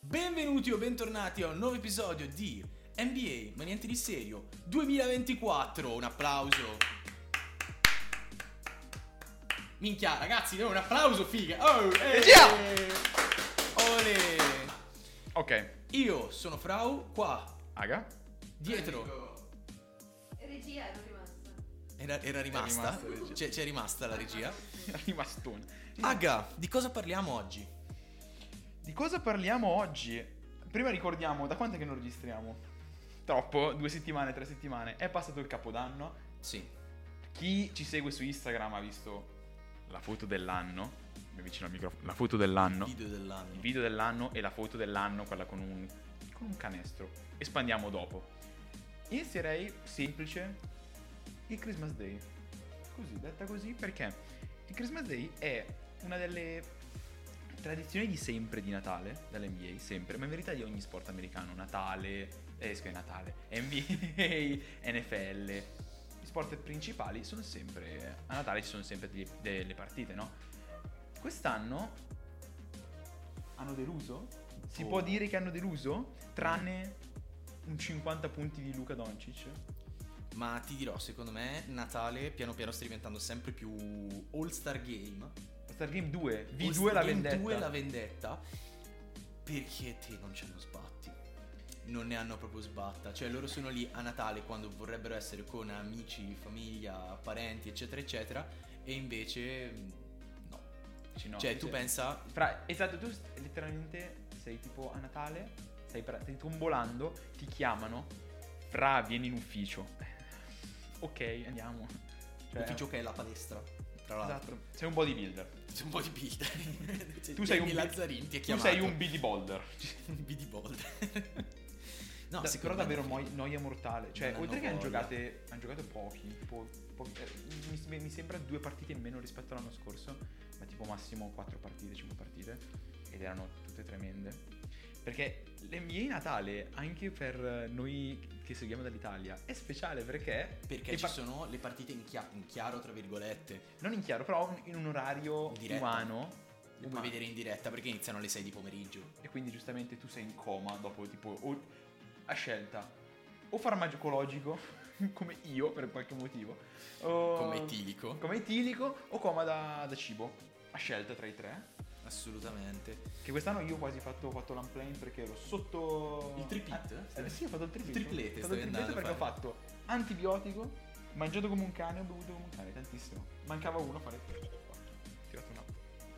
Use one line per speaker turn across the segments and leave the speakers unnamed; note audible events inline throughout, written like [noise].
Benvenuti o bentornati a un nuovo episodio di NBA, ma niente di serio, 2024. Un applauso. Minchia, ragazzi, no, un applauso, figa. Oh, eh.
Regia!
Ole.
Ok,
Io sono Frau, qua,
Aga. [laughs]
dietro.
Regia ero rimasta.
Mm.
Era, era rimasta?
rimasta la regia.
C'è, c'è rimasta la regia.
Rimastone.
Aga, di cosa parliamo oggi?
Di cosa parliamo oggi? Prima ricordiamo, da quanto è che non registriamo? Troppo, due settimane, tre settimane. È passato il capodanno.
Sì,
Chi ci segue su Instagram ha visto la foto dell'anno. Mi avvicino al microfono. La foto dell'anno.
video dell'anno.
Il video dell'anno e la foto dell'anno, quella con un, con un canestro. Espandiamo dopo. Inizierei semplice il Christmas Day. Così, detta così perché il Christmas Day è una delle tradizioni di sempre di Natale, dall'NBA, sempre, ma in verità di ogni sport americano. Natale, eh, scusa, Natale, [laughs] NBA, NFL. Gli sport principali sono sempre, a Natale ci sono sempre delle- delle partite, no? Quest'anno hanno deluso? Si
Oh.
può dire che hanno deluso? Tranne un 50 punti di Luca Doncic.
Ma ti dirò, secondo me Natale piano piano sta diventando sempre più All-Star Game.
Star Game 2, V2
All-Star
la
Game
vendetta.
2 la vendetta. Perché te non ce hanno sbatti? Non ne hanno proprio sbatta. Cioè loro sono lì a Natale quando vorrebbero essere con amici, famiglia, parenti, eccetera, eccetera. E invece mh, no.
Dici, no,
cioè
sì,
tu
sì.
pensa...
Fra- esatto, tu st- letteralmente sei tipo a Natale, stai, pra- stai tombolando, ti chiamano, fra vieni in ufficio.
[laughs]
ok, andiamo. Cioè,
L'ufficio che è la palestra. Tra l'altro.
Esatto, sei un bodybuilder.
Sei un po' di builder. Cioè,
[laughs] Tu sei
Demi
un-
Lazzarin ti ha
Tu
chiamato.
sei
[laughs]
un bodybuilder.
BD
[laughs]
Boulder. no,
Da- però
secondo me
davvero
no.
moi- noia mortale. Cioè,
Non
oltre che
hanno
hanno
voglia.
giocato, hanno giocato pochi, tipo, po- eh, mi, s- mi sembra due partite in meno rispetto all'anno scorso, ma tipo massimo quattro partite, cinque partite, ed erano tutte tremende. Perché l'NBA Natale, anche per noi che seguiamo dall'Italia, è speciale perché...
Perché
le
ci
par-
sono le partite in, chia- in chiaro, tra virgolette,
Non in chiaro, però in un orario
In diretta.
umano.
le puoi
umano.
vedere in diretta perché iniziano alle 6 di pomeriggio.
E quindi giustamente tu sei in coma dopo tipo o- a scelta o farmacologico [laughs] come io per qualche motivo o
Come etilico.
come etilico o coma da, da cibo a scelta tra i tre
Assolutamente.
che quest'anno io ho quasi fatto, ho fatto l'unplane perché ero sotto
Il tripit?
Ah, eh, sì ho fatto il tripit
Il triplete
ho fatto
stavi
il
andando
triplete
a
perché ho
fare.
fatto antibiotico mangiato come un cane ho bevuto come un cane tantissimo mancava uno a fare ho tirato una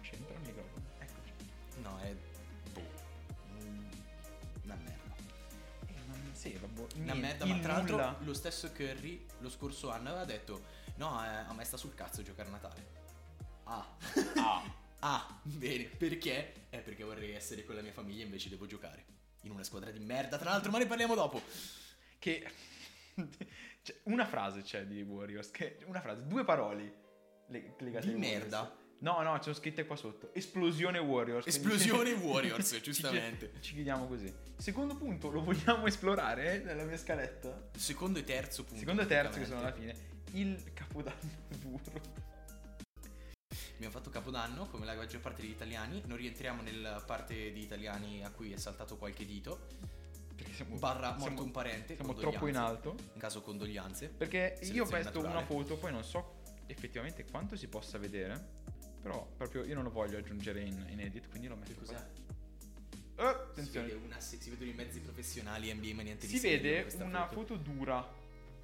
c'entra il microfono eccoci
No, è... Boh. Mm, Una merda.
Eh, non- sì vabbè
Una merda, ma
il
tra
nulla.
l'altro lo stesso Curry lo scorso anno aveva detto no, eh, a me sta sul cazzo giocare a Natale. Ah.
Ah,
Ah, [laughs] bene, perché? È perché vorrei essere con la mia famiglia e invece devo giocare. In una squadra di merda, tra l'altro, ma ne parliamo dopo.
[laughs] che Cioè, una frase c'è di Warriors, che una frase, due parole le- legate
Di
ai Warriors.
merda.
No, no, ci sono scritte qua sotto. Esplosione Warriors. quindi- [laughs]
Esplosione Warriors,
Ci-
giustamente.
Ci, chiediamo così. Secondo punto, lo vogliamo esplorare eh, nella mia scaletta?
Secondo e terzo punto.
Secondo e terzo che sono alla
praticamente.
fine. Il capodanno [laughs] duro.
Abbiamo fatto Capodanno, come la maggior parte degli italiani. Non rientriamo nella parte di italiani a cui è saltato qualche dito.
Perché siamo,
Barra morto
siamo-
un parente.
siamo
condoglianze.
troppo in alto.
In caso condoglianze.
Perché io
Selezione
pesto
naturale.
una foto, poi non so effettivamente quanto si possa vedere. Però proprio io non lo voglio aggiungere in, in edit, quindi lo metto
Che
qua.
cos'è?
Eh,
Si, vede
attenzione.
una- si vedono i mezzi professionali NBA ma niente di
Si
serio in
vede
questa
una foto dura.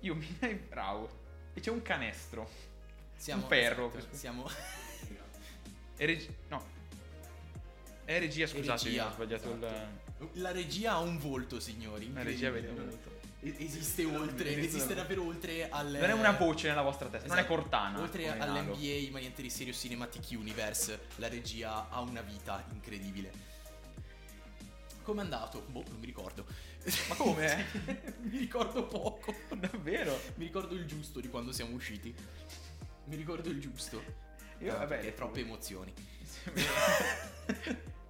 Io mi [laughs] dai bravo. E c'è un canestro.
Siamo,
un ferro,
esatto,
questo.
siamo [laughs]
E reg- no. È regia, scusate,
regia,
ho sbagliato
esatto. La regia ha un volto, signori.
il. La regia
incredibile,
vede
veramente. E- Esiste oltre,
Esiste
esiste
una-
davvero oltre al.
Non è una voce nella vostra testa, non è
Esatto.
Cortana.
Oltre
come Nalo.
all'NBA, ma niente di serio, Cinematic Universe, la regia ha una vita incredibile. Com'è andato? Boh, non mi ricordo.
Ma
[laughs]
come?
mi ricordo poco.
[laughs] Davvero?
Mi ricordo il giusto di quando siamo usciti. Mi ricordo il giusto.
Io,
Eh,
vabbè,
perché troppe emozioni. [laughs]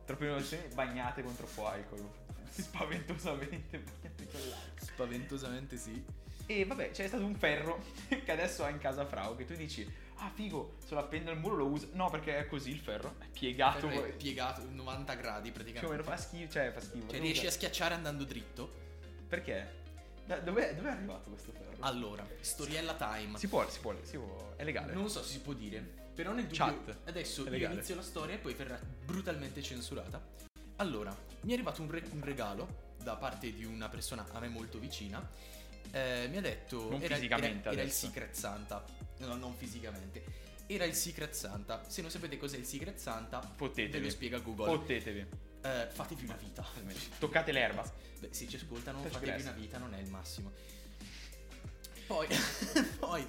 troppe emozioni bagnate [laughs] contro fuoco. Spaventosamente bagnate con l'acqua.
Spaventosamente sì.
E vabbè, c'è stato un ferro [laughs] che adesso ha in casa Frau, che tu dici, ah figo, se lo appendo al muro lo uso. No, perché è così il ferro, è piegato.
Ferro Cioè, è piegato 90 gradi praticamente.
Più o meno fa schifo, cioè fa schifo.
Cioè,
Lo
riesci a
usa-
schiacciare andando dritto?
Perché? Da- dov'è, dov'è arrivato questo ferro?
Allora, storiella time.
Si può, si può, si può, è legale.
Non so se si può dire, però nel dubbio
Chat. È
adesso io
legale.
inizio la storia e poi verrà brutalmente censurata. Allora, mi è arrivato un, re- un regalo da parte di una persona a me molto vicina. Eh, mi ha detto...
Non fisicamente
era, era il
adesso.
Secret Santa. No, non fisicamente. Era il Secret Santa. Se non sapete cos'è il Secret Santa, ve lo
Fottetevi.
spiega Google.
Fottetevi.
Eh, fatevi una vita.
Toccate l'erba.
Beh, se ci ascoltano,
Touch
fatevi
grass.
una vita, non è il massimo.
[laughs]
Poi, poi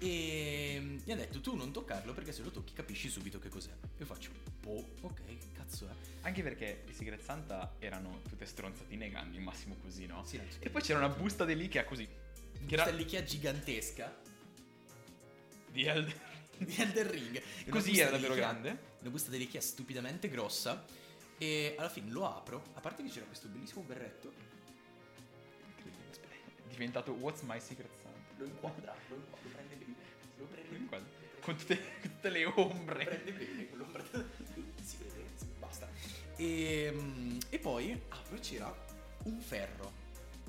ehm, mi ha detto tu non toccarlo perché se lo tocchi capisci subito che cos'è. Io faccio, boh, ok, che cazzo eh." è.
Anche perché i Secret Santa erano tutte stronzatine grandi, massimo così, no?
Sì, no,
E poi c'era una busta di lì che era così. Che
questa
era
lichia gigantesca [laughs]
di Elder.
di Elden Ring. Una busta
Così era
di
davvero
lichia-
grande.
Una busta di lichia stupidamente grossa. E alla fine lo apro, a parte che c'era questo bellissimo berretto.
È diventato What's My Secret Santa.
Lo inquadra, lo inquadra, lo prende bene. Lo prende
Lo
bene.
inquadra. Con tutte, [laughs] tutte le
[laughs]
ombre.
prende bene quell'ombra si vede si- basta e, mm, e poi apro e c'era un ferro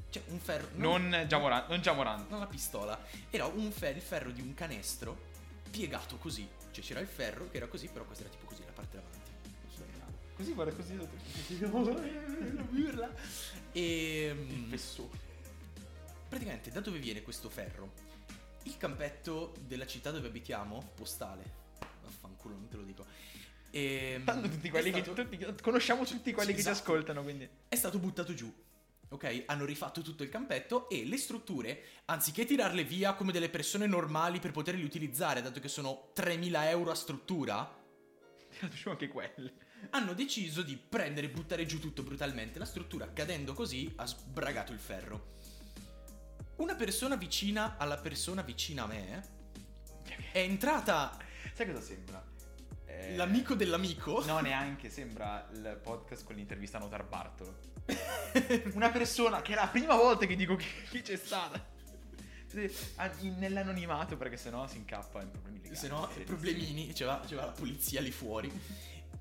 cioè un ferro
Non Giamorando. Non Giamorando.
non la pistola era un fer- il ferro di un canestro piegato così cioè c'era il ferro che era così però questa era tipo così la parte davanti non so bravo.
Così guarda così. da te. [laughs]
Urla. e
Il
mm,
fessore.
praticamente da dove viene questo ferro il campetto della città dove abitiamo postale vaffanculo non te lo dico e, mm,
Tanto tutti quelli
è
che.
stato-
tutti- conosciamo tutti quelli
Sì,
che ci
esatto.
ascoltano, quindi. [laughs]
è stato buttato giù. Ok, hanno rifatto tutto il campetto e le strutture, anziché tirarle via come delle persone normali per poterli utilizzare, dato che sono 3.000 euro a struttura,
Conosciamo anche quelli.
hanno deciso di prendere e buttare giù tutto brutalmente. La struttura, cadendo così, ha sbragato il ferro. Una persona vicina alla persona vicina a me è entrata
Sai cosa sembra? Eh,
l'amico dell'amico. [laughs]
No, neanche sembra il podcast con l'intervista a Notar Bartolo. [laughs] Una persona che è la prima volta che dico che, che c'è stata. Sì, ah, in- Nell'anonimato, perché sennò si incappa in problemi legali.
se no
Sì,
problemini c'è va, c'è va la polizia lì fuori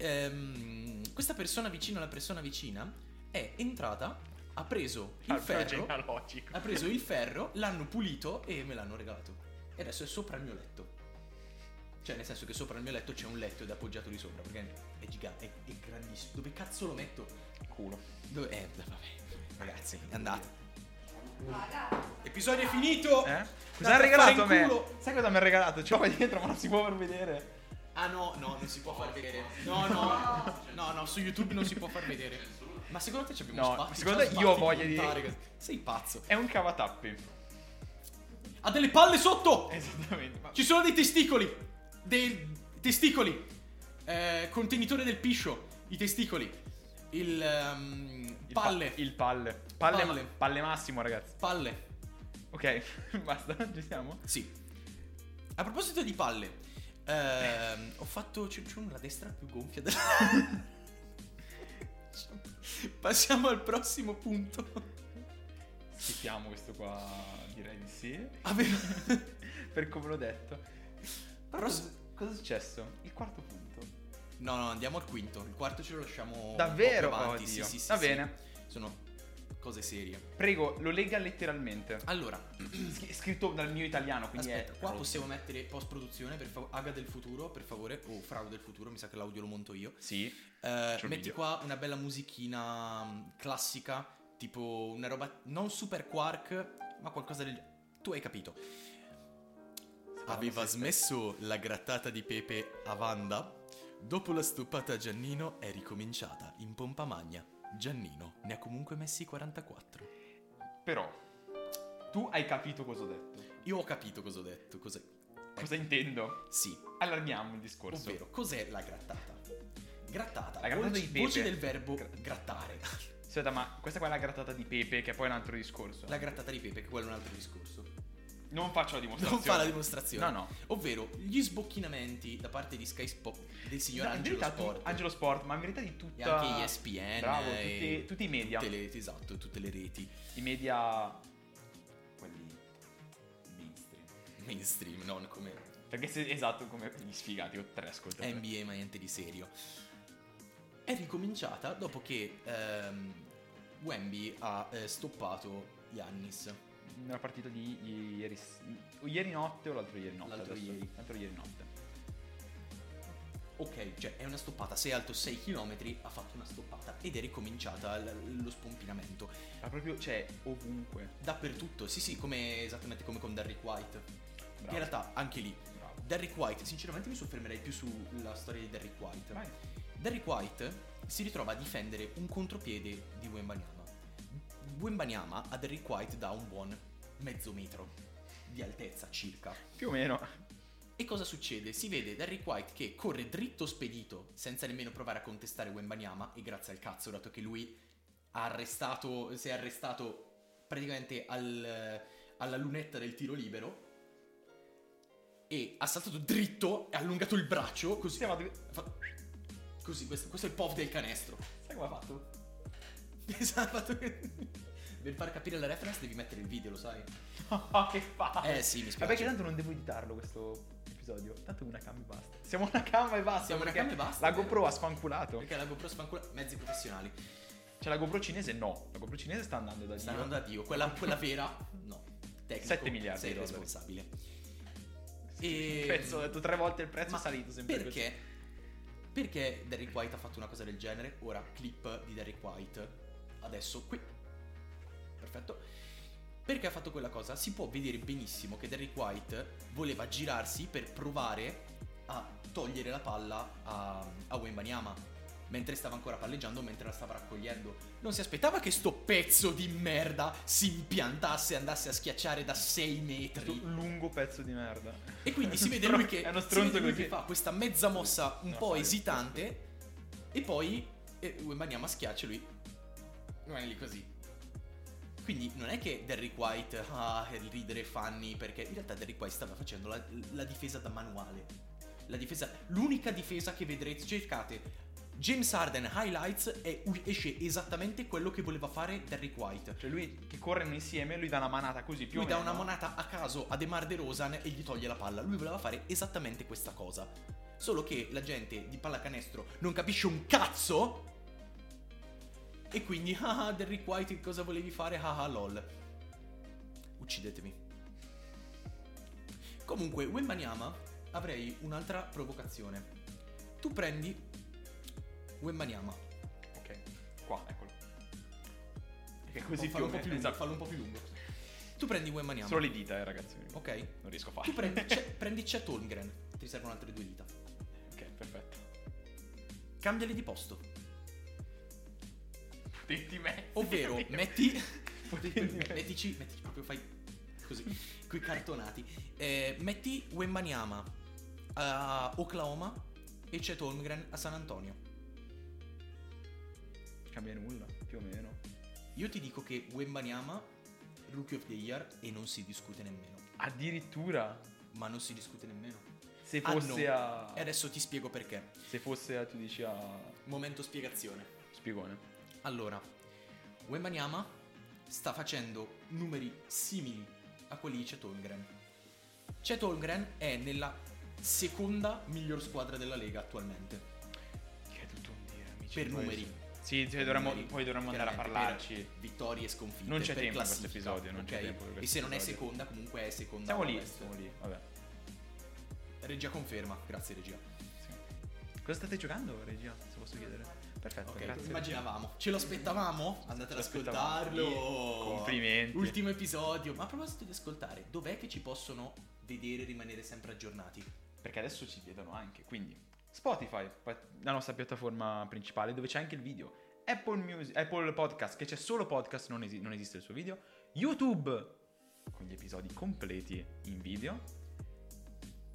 Ehm, questa persona vicina alla persona vicina è entrata ha preso
sì.
il
Albero
ferro
genealogico.
ha preso il ferro l'hanno pulito e me l'hanno regalato e adesso è sopra il mio letto cioè nel senso che sopra il mio letto c'è un letto ed è appoggiato lì sopra perché è gigante è, è grandissimo dove cazzo lo metto
Culo.
dove eh vabbè ragazzi andate
Paga.
episodio è finito
Eh?
Andate
Cosa
a
ha regalato a
fare in
me?
culo.
Sai cosa mi ha regalato? Ciò qua dietro, ma non si può far vedere.
Ah no, no, non si può far vedere. No, no, no, no, su YouTube non si può far vedere. Ma secondo te ci abbiamo
No,
spazio?
secondo
C'è
te
spazio
io ho
di
voglia di-
montare cose? Sei pazzo.
È un cavatappi.
Ha delle palle sotto!
Eh. Esattamente. Ma...
Oh. Ci sono dei testicoli! Dei testicoli! Eh, contenitore del piscio, i testicoli. Il... ehm,
Il pa-
palle.
il palle. Palle,
Palle.
ma- palle massimo, ragazzi.
Palle.
Ok, [laughs] basta, ci siamo.
Sì. A proposito di palle, ehm, ho fatto ciucciun la destra più gonfia della... [laughs] Passiamo al prossimo punto.
Schiffiamo questo qua, direi di sì.
Aveva...
[laughs] per come l'ho detto. Però
Però
cosa, cosa è successo? Il quarto punto.
No, no, andiamo al quinto. Il quarto ce lo lasciamo un
Davvero?
po' più Oh, avanti.
Oddio.
Sì, sì, sì,
Va
sì.
bene.
Sono cose serie.
Prego, lo lega letteralmente.
Allora,
Sch- scritto dal mio italiano, quindi
Ah. aspetta,
è
qua possiamo mettere post produzione per favore, Aga del futuro, per favore, o Frau del futuro, mi sa che l'audio lo monto io.
Sì.
Eh,
il
metti
video.
qua una bella musichina mm, classica, tipo una roba non super quark, ma qualcosa del Tu hai capito.
Ah,
Aveva smesso la grattata di pepe a Wanda. Dopo la stoppata a Giannino è ricominciata in pompa magna. Giannino ne ha comunque messi 44.
Però tu hai capito cosa ho detto.
Io ho capito cosa ho detto, cos'è. Ecco.
Cosa intendo?
Sì,
Allarghiamo il discorso.
ovvero, cos'è la grattata? Grattata,
La grattata
voce,
di pepe.
voce del verbo
Gra- Esatto.
grattare.
Aspetta, ma questa qua è la grattata di Pepe, che poi è un altro discorso.
La grattata di pepe, che quello è un altro discorso.
Non faccio la dimostrazione.
Non fa la dimostrazione.
No, no.
Ovvero gli sbocchinamenti da parte di Sky Sport del signor
No, in
Angelo
verità tu-
Sport
Angelo Sport, ma in verità di
e
tutta...
anche ESPN
Bravo,
e
tutti- tutti i media.
tutte le- esatto, tutte le reti.
i media quelli
mainstream, non come
Perché se, esatto, come gli sfigati, ho tre ascoltatori.
NBA, ma niente di serio. È ricominciata dopo che ehm, Wemby ha eh, stoppato Yannis.
Nella partita di i- ieri, s- o ieri notte o l'altro ieri notte?
L'altro
adesso?
ieri.
L'altro ieri notte.
Ok, cioè è una stoppata, sei alto 6 km, ha fatto una stoppata ed è ricominciata l- lo spompinamento.
Ma proprio, cioè, ovunque.
Dappertutto, sì sì, come, esattamente come con Derrick White.
Bravo.
In realtà anche lì,
Bravo.
Derrick White, sinceramente mi soffermerei più sulla storia di Derrick White.
Vai.
Derrick White si ritrova a difendere un contropiede di Wembanyama. Wembanyama a Derrick White dà un buon mezzo metro di altezza circa.
Più o meno.
E cosa succede? Si vede Derrick White che corre dritto spedito senza nemmeno provare a contestare Wembanyama e grazie al cazzo dato che lui ha arrestato, si è arrestato praticamente al- alla lunetta del tiro libero e ha saltato dritto e ha allungato il braccio così
Stiamo ad...
Fa- Così, questo, questo è il pop del canestro. [laughs]
Sai come ha fatto?
Esatto. Per far capire la reference devi mettere il video, lo sai?
Oh, [laughs] che fa?
Eh sì, mi
Vabbè, che
spiace.
tanto non devo editarlo questo episodio. Tanto una cam e basta. Siamo una cam e basta.
Siamo una
perché
cam e basta,
La
vero?
GoPro ha sfanculato.
Perché la GoPro spancula mezzi professionali.
Cioè, la GoPro cinese no. La GoPro cinese sta andando da
Sta
Dio.
andando da Dio. Quella, quella vera, no. Tecnico,
Sette miliardi
Sei
di dollari.
responsabile.
Sì,
E-
Penso, ho detto tre volte il prezzo
Ma
è salito sempre.
Perché? Perché Derrick White ha fatto una cosa del genere? Ora, clip di Derrick White. Adesso qui. Perfetto. Perché ha fatto quella cosa? Si può vedere benissimo che Derrick White voleva girarsi per provare a togliere la palla a, a Wembanyama. Mentre stava ancora palleggiando, mentre la stava raccogliendo. Non si aspettava che sto pezzo di merda si impiantasse e andasse a schiacciare da 6
Questo
metri.
lungo pezzo di merda.
E quindi si vede
Stron-
lui che,
È uno
si
stronzo
vede lui
così.
che fa questa mezza mossa un
No,
po'
fai-
esitante e poi eh, Wembanyama schiaccia e lui rimane lì così. Quindi non è che Derrick White, ah, il ridere Fanny, perché in realtà Derrick White stava facendo la, la difesa da manuale. La difesa, l'unica difesa che vedrete, cercate James Harden Highlights e u- esce esattamente quello che voleva fare Derrick White.
Cioè, lui che corrono insieme, lui dà una manata così più
Lui
o
dà
meno.
una monata a caso a DeMar DeRozan e gli toglie la palla. Lui voleva fare esattamente questa cosa. Solo che la gente di pallacanestro non capisce un cazzo. E quindi, [laughs] ah, ah, Derrick White, cosa volevi fare? Ah, ah, lol. Uccidetemi. Comunque, Wembanyama, avrei un'altra provocazione. Tu prendi Wembanyama.
Ok, qua, eccolo. Perché così più
fallo
o
un po'
meno.
più lungo,
esatto.
fallo un po' più lungo. Tu prendi Wembanyama.
Solo le dita, eh, ragazzi.
Ok?
Non riesco a
Tu
farlo.
prendi, cioè Chet- prendi Chet Holmgren, ti servono altre due dita.
[laughs] Ok, perfetto.
Cambiali di posto.
Ti, ti metti.
Ovvero,
capito?
metti.
Potenti mezzi.
mettici, mettici proprio fai così, qui cartonati. Eh, metti Wembanyama a Oklahoma e Chet Holmgren a San Antonio.
Cambia nulla, più o meno.
Io ti dico che Wembanyama, Rookie of the Year, e non si discute nemmeno.
Addirittura,
Ma non si discute nemmeno.
se
Ah,
fosse
no.
a...
E adesso ti spiego perché.
Se fosse a, tu dici a...
Momento spiegazione.
Spiegone.
Allora, Wembanyama sta facendo numeri simili a quelli di Chet Holmgren. Chet Holmgren è nella seconda miglior squadra della Lega attualmente.
Che è tutto un dire, amici.
Per
Poi-
numeri.
Sì, cioè,
Per
dovremmo-
numeri,
poi dovremmo andare a
chiaramente,
parlarci.
per Vittorie e sconfitte.
Non c'è
per
tempo in questo
classifica,
episodio, non c'è
ok?
tempo per
E
questo
se non è
episodio.
seconda, comunque è seconda.
Siamo lì,
ovest.
siamo lì, vabbè.
Regia conferma, grazie regia.
Sì. Cosa state giocando, regia? Se posso chiedere. Perfetto,
Ok,
grazie.
immaginavamo. Ce lo aspettavamo? Andate ad ascoltarlo.
Complimenti.
Ultimo episodio. Ma a proposito di ascoltare, dov'è che ci possono vedere e rimanere sempre aggiornati?
Perché adesso ci vedono anche, quindi Spotify, pa- la nostra piattaforma principale dove c'è anche il video, Apple, Music, Apple Podcast, che c'è solo podcast, non, esi- non esiste il suo video, YouTube, con gli episodi completi in video.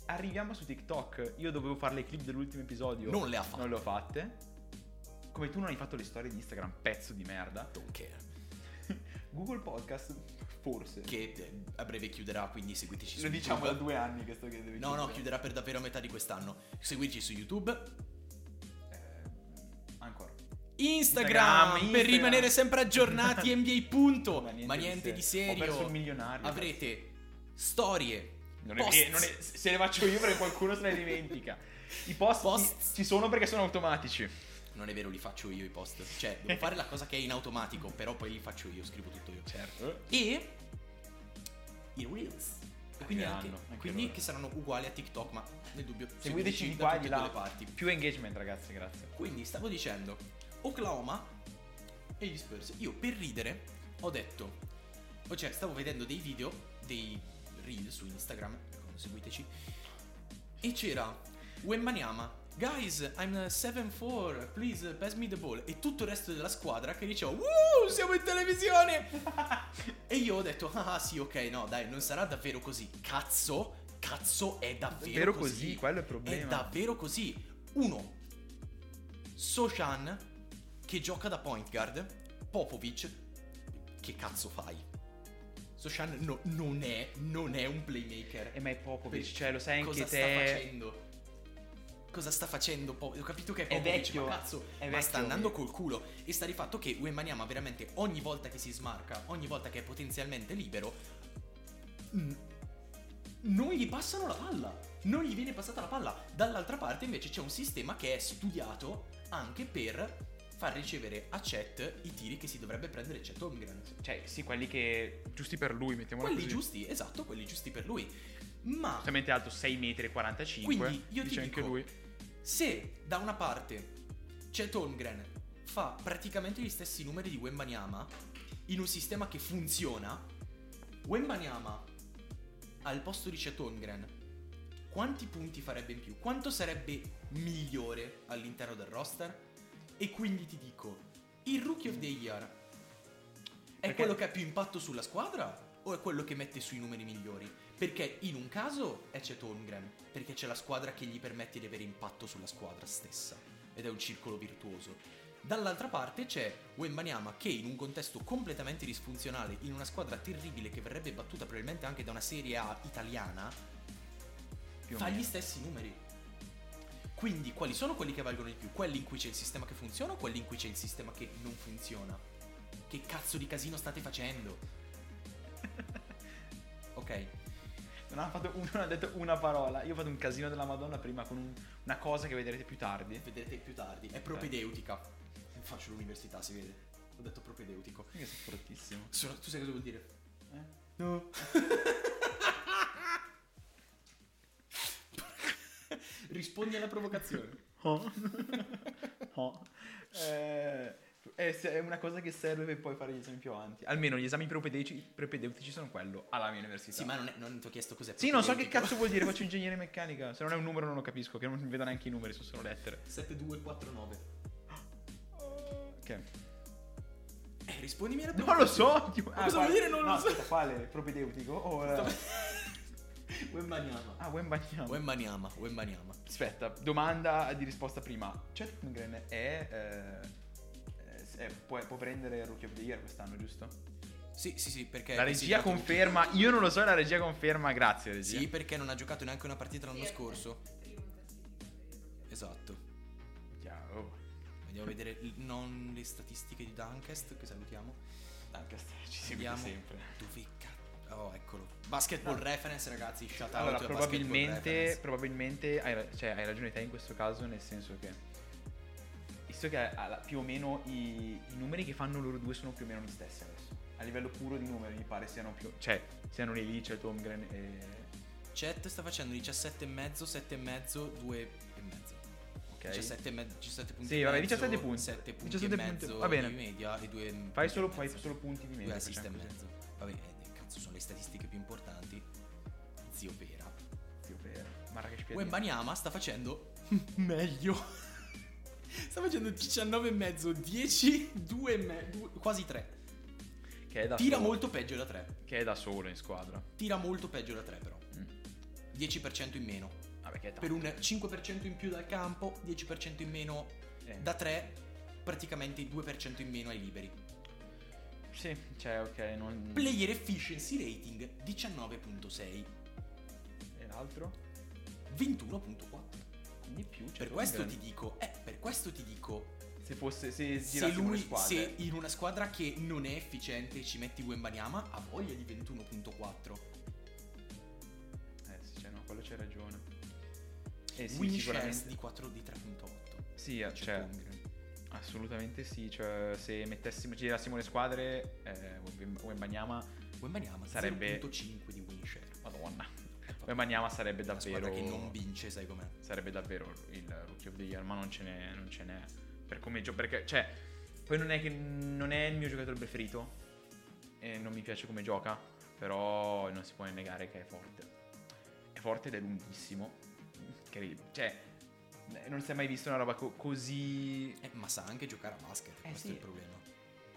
Arriviamo su TikTok, io dovevo fare le clip dell'ultimo episodio,
Non le ha fatte.
non le ho fatte. Come tu non hai fatto le storie di Instagram, pezzo di merda. [laughs]
Don't care.
Google Podcast, forse.
Che eh, a breve chiuderà, quindi seguiteci su
Lo diciamo da
YouTube.
due anni che sto chiedendo.
No, no, chiuderà per davvero a metà di quest'anno. Seguiteci su YouTube, Instagram,
Eh, ancora.
per
Instagram.
rimanere sempre
[laughs]
aggiornati NBA punto. Oh, Ma niente, di
Ho perso il
serio.
milionario.
Avrete storie,
Non è-
Posts.
eh, non è- se le faccio io perché qualcuno se ne dimentica. I post,
Posts.
ci sono perché sono automatici.
Non è vero, li faccio io i post. Cioè, devo fare la cosa che è in automatico, però poi li faccio io, scrivo tutto io.
Certo.
E i Reels. E quindi,
Anche
anche,
l'hanno, anche
quindi
loro.
che saranno uguali a TikTok, ma nel dubbio
Seguiteci di
da
qua e
tutte
di là.
e due le parti.
Più engagement, ragazzi, grazie.
Quindi stavo dicendo Oklahoma e gli Spurs. Io per ridere ho detto, o cioè stavo vedendo dei video, dei reel su Instagram, ecco, seguiteci, e c'era Wembanyama. Guys, I'm 7-4, please pass me the ball. E tutto il resto della squadra che diceva, Woo, siamo in televisione! e io ho detto, ah ah, sì, ok, no, dai, non sarà davvero così. Cazzo, cazzo, è davvero,
Vero così, quello è il
è
problema.
davvero così. Uno, Sochan che gioca da point guard, Popovic, che cazzo fai? Sochan no- non, è, non è un playmaker.
E ma è poco,
Per-
cioè, lo sai anche
Cosa sta
te.
facendo? Cosa sta facendo? Po- Ho capito che è
È
Popovic,
vecchio,
ma cazzo,
è
ma
vecchio.
sta andando col culo. E sta di fatto che Wembanyama veramente ogni volta che si smarca, ogni volta che è potenzialmente libero, mm, non gli passano la palla, non gli viene passata la palla. Dall'altra parte invece c'è un sistema che è studiato anche per far ricevere a Chet i tiri che si dovrebbe prendere Chet Holmgren.
Cioè, sì, quelli che. Giusti per lui, mettiamola
Quelli
così.
giusti, esatto, quelli giusti per lui. Ma
Giustamente alto 6 metri e 45.
Quindi, io ti
dice anche
dico-
lui.
se da una parte Chet Holmgren fa praticamente gli stessi numeri di Wembanyama in un sistema che funziona, Wembanyama al posto di Chet Holmgren quanti punti farebbe in più? Quanto sarebbe migliore all'interno del roster? E quindi ti dico, il Rookie of the Year è
Perché-
quello che ha più impatto sulla squadra o è quello che mette sui numeri migliori? Perché in un caso è Chet Holmgren, perché c'è la squadra che gli permette di avere impatto sulla squadra stessa ed è un circolo virtuoso. Dall'altra parte c'è Wembanyama che in un contesto completamente disfunzionale, in una squadra terribile che verrebbe battuta probabilmente anche da una Serie A italiana,
Più o
fa gli
meno.
stessi numeri. Quindi quali sono quelli che valgono di più? Quelli in cui c'è il sistema che funziona o quelli in cui c'è il sistema che non funziona? Che cazzo di casino state facendo?
[laughs]
ok.
Non ha, fatto un- [laughs] non ha detto una parola. Io ho fatto un casino della Madonna prima con un- una cosa che vedrete più tardi.
Vedrete più tardi. È propedeutica. Faccio l'università, si vede. Ho detto propedeutico.
Io sono fortissimo.
Sono- tu sai cosa vuol dire? [laughs]
Eh?
No. Rispondi alla provocazione.
[laughs] Oh. Oh. Eh, è, se- è una cosa che serve per poi fare gli esami più avanti. Almeno gli esami propedeutici, propedeutici sono quello alla mia università.
Sì, ma non, è- non ti ho chiesto cos'è.
Sì, non so che
propedeutico.
cazzo vuol
[laughs]
dire, faccio ingegneria meccanica. Se non è un numero non lo capisco, che non vedo neanche i numeri, sono solo lettere.
[laughs] 7249.
[laughs] Ok.
Eh, rispondimi alla
Non lo so. tipo-
cosa vuol dire non lo
Ah, no,
so?
Aspetta, quale? Propedeutico? O, eh,
[laughs] Wembanyama.
Ah, Wembanyama.
Wembanyama, Wembanyama.
Aspetta, domanda di risposta prima. Chet Holmgren è, eh, è- può, può prendere Rookie of the Year quest'anno, giusto?
Sì, sì, Eh, sì, perché...
La
è
regia
considerato-
conferma, io non lo so, la regia conferma, grazie regia.
Sì, perché non ha giocato neanche una partita l'anno
Sì,
scorso.
è primo classificato, è proprio-
Esatto.
Ciao.
Andiamo a vedere il- non le statistiche di Dunkest, che salutiamo.
Dancast, ci seguite
Andiamo.
sempre. Ah.
Dove cazzo... Oh, eccolo. Basketball reference, ragazzi. Shout out.
Allora,
a Basketball
probabilmente,
Reference.
probabilmente hai, ra- cioè, hai ragione te in questo caso, nel senso che, visto che ha- ha- più o meno i, i numeri che fanno loro due sono più o meno gli stessi adesso, a livello puro di numeri mi pare siano più, cioè, siano lì lì, cioè Tomgren e...
Chat sta facendo 17 e mezzo, 7 e mezzo, 2 e mezzo.
Ok.
17 e mezzo, 17 punti.
Sì,
e
vabbè,
mezzo,
17 punti.
7 punti
17
e
punti.
mezzo
Va bene.
di media e 2
Fai solo, fai solo punti di media.
Due assist e
facciamo così.
mezzo. Vabbè, eh, cazzo, sono le statistiche più importanti. Zio Pera.
Zio, per- Marrakesh Piedino.
Wembanyama sta facendo [laughs] meglio. sta facendo 19 e mezzo, 10, 2 e me- due- quasi 3.
Che è da
Tira
solo-
molto peggio da 3.
Che è da solo in squadra.
Tira molto peggio da 3 però.
Mm.
10% in meno.
Vabbè, che Ah, è tanto.
Per un 5% in più dal campo, 10% in meno
Eh,
da 3, praticamente 2% in meno ai liberi.
Mm. Sì, cioè, ok, non...
Player efficiency rating 19.6,
E l'altro?
21.4.
Di più, cioè,
Per questo ti
Holmgren,
dico, eh, per questo ti dico,
Se fosse... Se,
se
girassimo le
lui,
squadre.
se in una squadra che non è efficiente ci metti Wembanyama, ha voglia di 21.4.
Eh, sì. c'hai ragione. Eh sì,
Win shares
sicuramente.
di 4 di 3.8.
Sì, eh,
C'è
cioè,
Pong.
assolutamente sì. Cioè, se mettessimo, girassimo le squadre, eh, Wemb- Wembanyama,
Wembanyama
Sarebbe-
0.5 di win share.
madonna. Wembanyama sarebbe
La squadra
davvero...
che non vince, sai com'è.
sarebbe davvero il Rookie of the Year, ma non ce n'è, non ce n'è. Per come gioca, perché, cioè, poi non è che non è il mio giocatore preferito e non mi piace come gioca, però non si può negare che è forte. È forte ed è lunghissimo. Che- cioè, non si è mai visto una roba co- così...
Eh, ma sa anche giocare a basket, questo
Eh sì.
è il problema.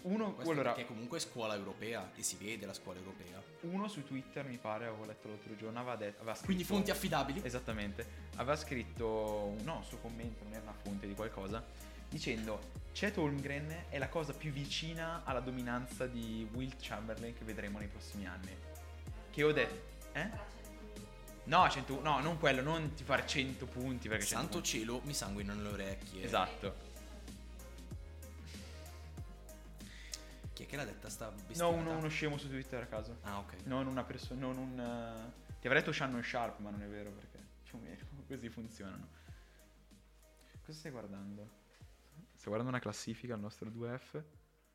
Uno,
Questo
allora,
perché comunque è scuola europea e si vede la scuola europea.
uno su Twitter, mi pare, avevo letto l'altro giorno, aveva detto... aveva
Quindi
scritto-
fonti
Esatto,
affidabili.
Esattamente, aveva scritto no, un suo commento, non era una fonte di qualcosa, dicendo Chet Holmgren è la cosa più vicina alla dominanza di Will Chamberlain che vedremo nei prossimi anni. Che ho detto... Eh? No, 100 no, non quello, non ti fare 100 punti perché... 100
Santo
punti-
cielo, mi sanguinano le orecchie.
Esatto.
Chi è che l'ha detta sta bestia?
No, uno, uno scemo su Twitter a caso.
Ah, ok.
Non una persona, non un... eh, Ti avrei detto Shannon Sharp, ma non è vero perché [laughs] più o meno così funzionano. Cosa stai guardando? Sto guardando una classifica al nostro 2F.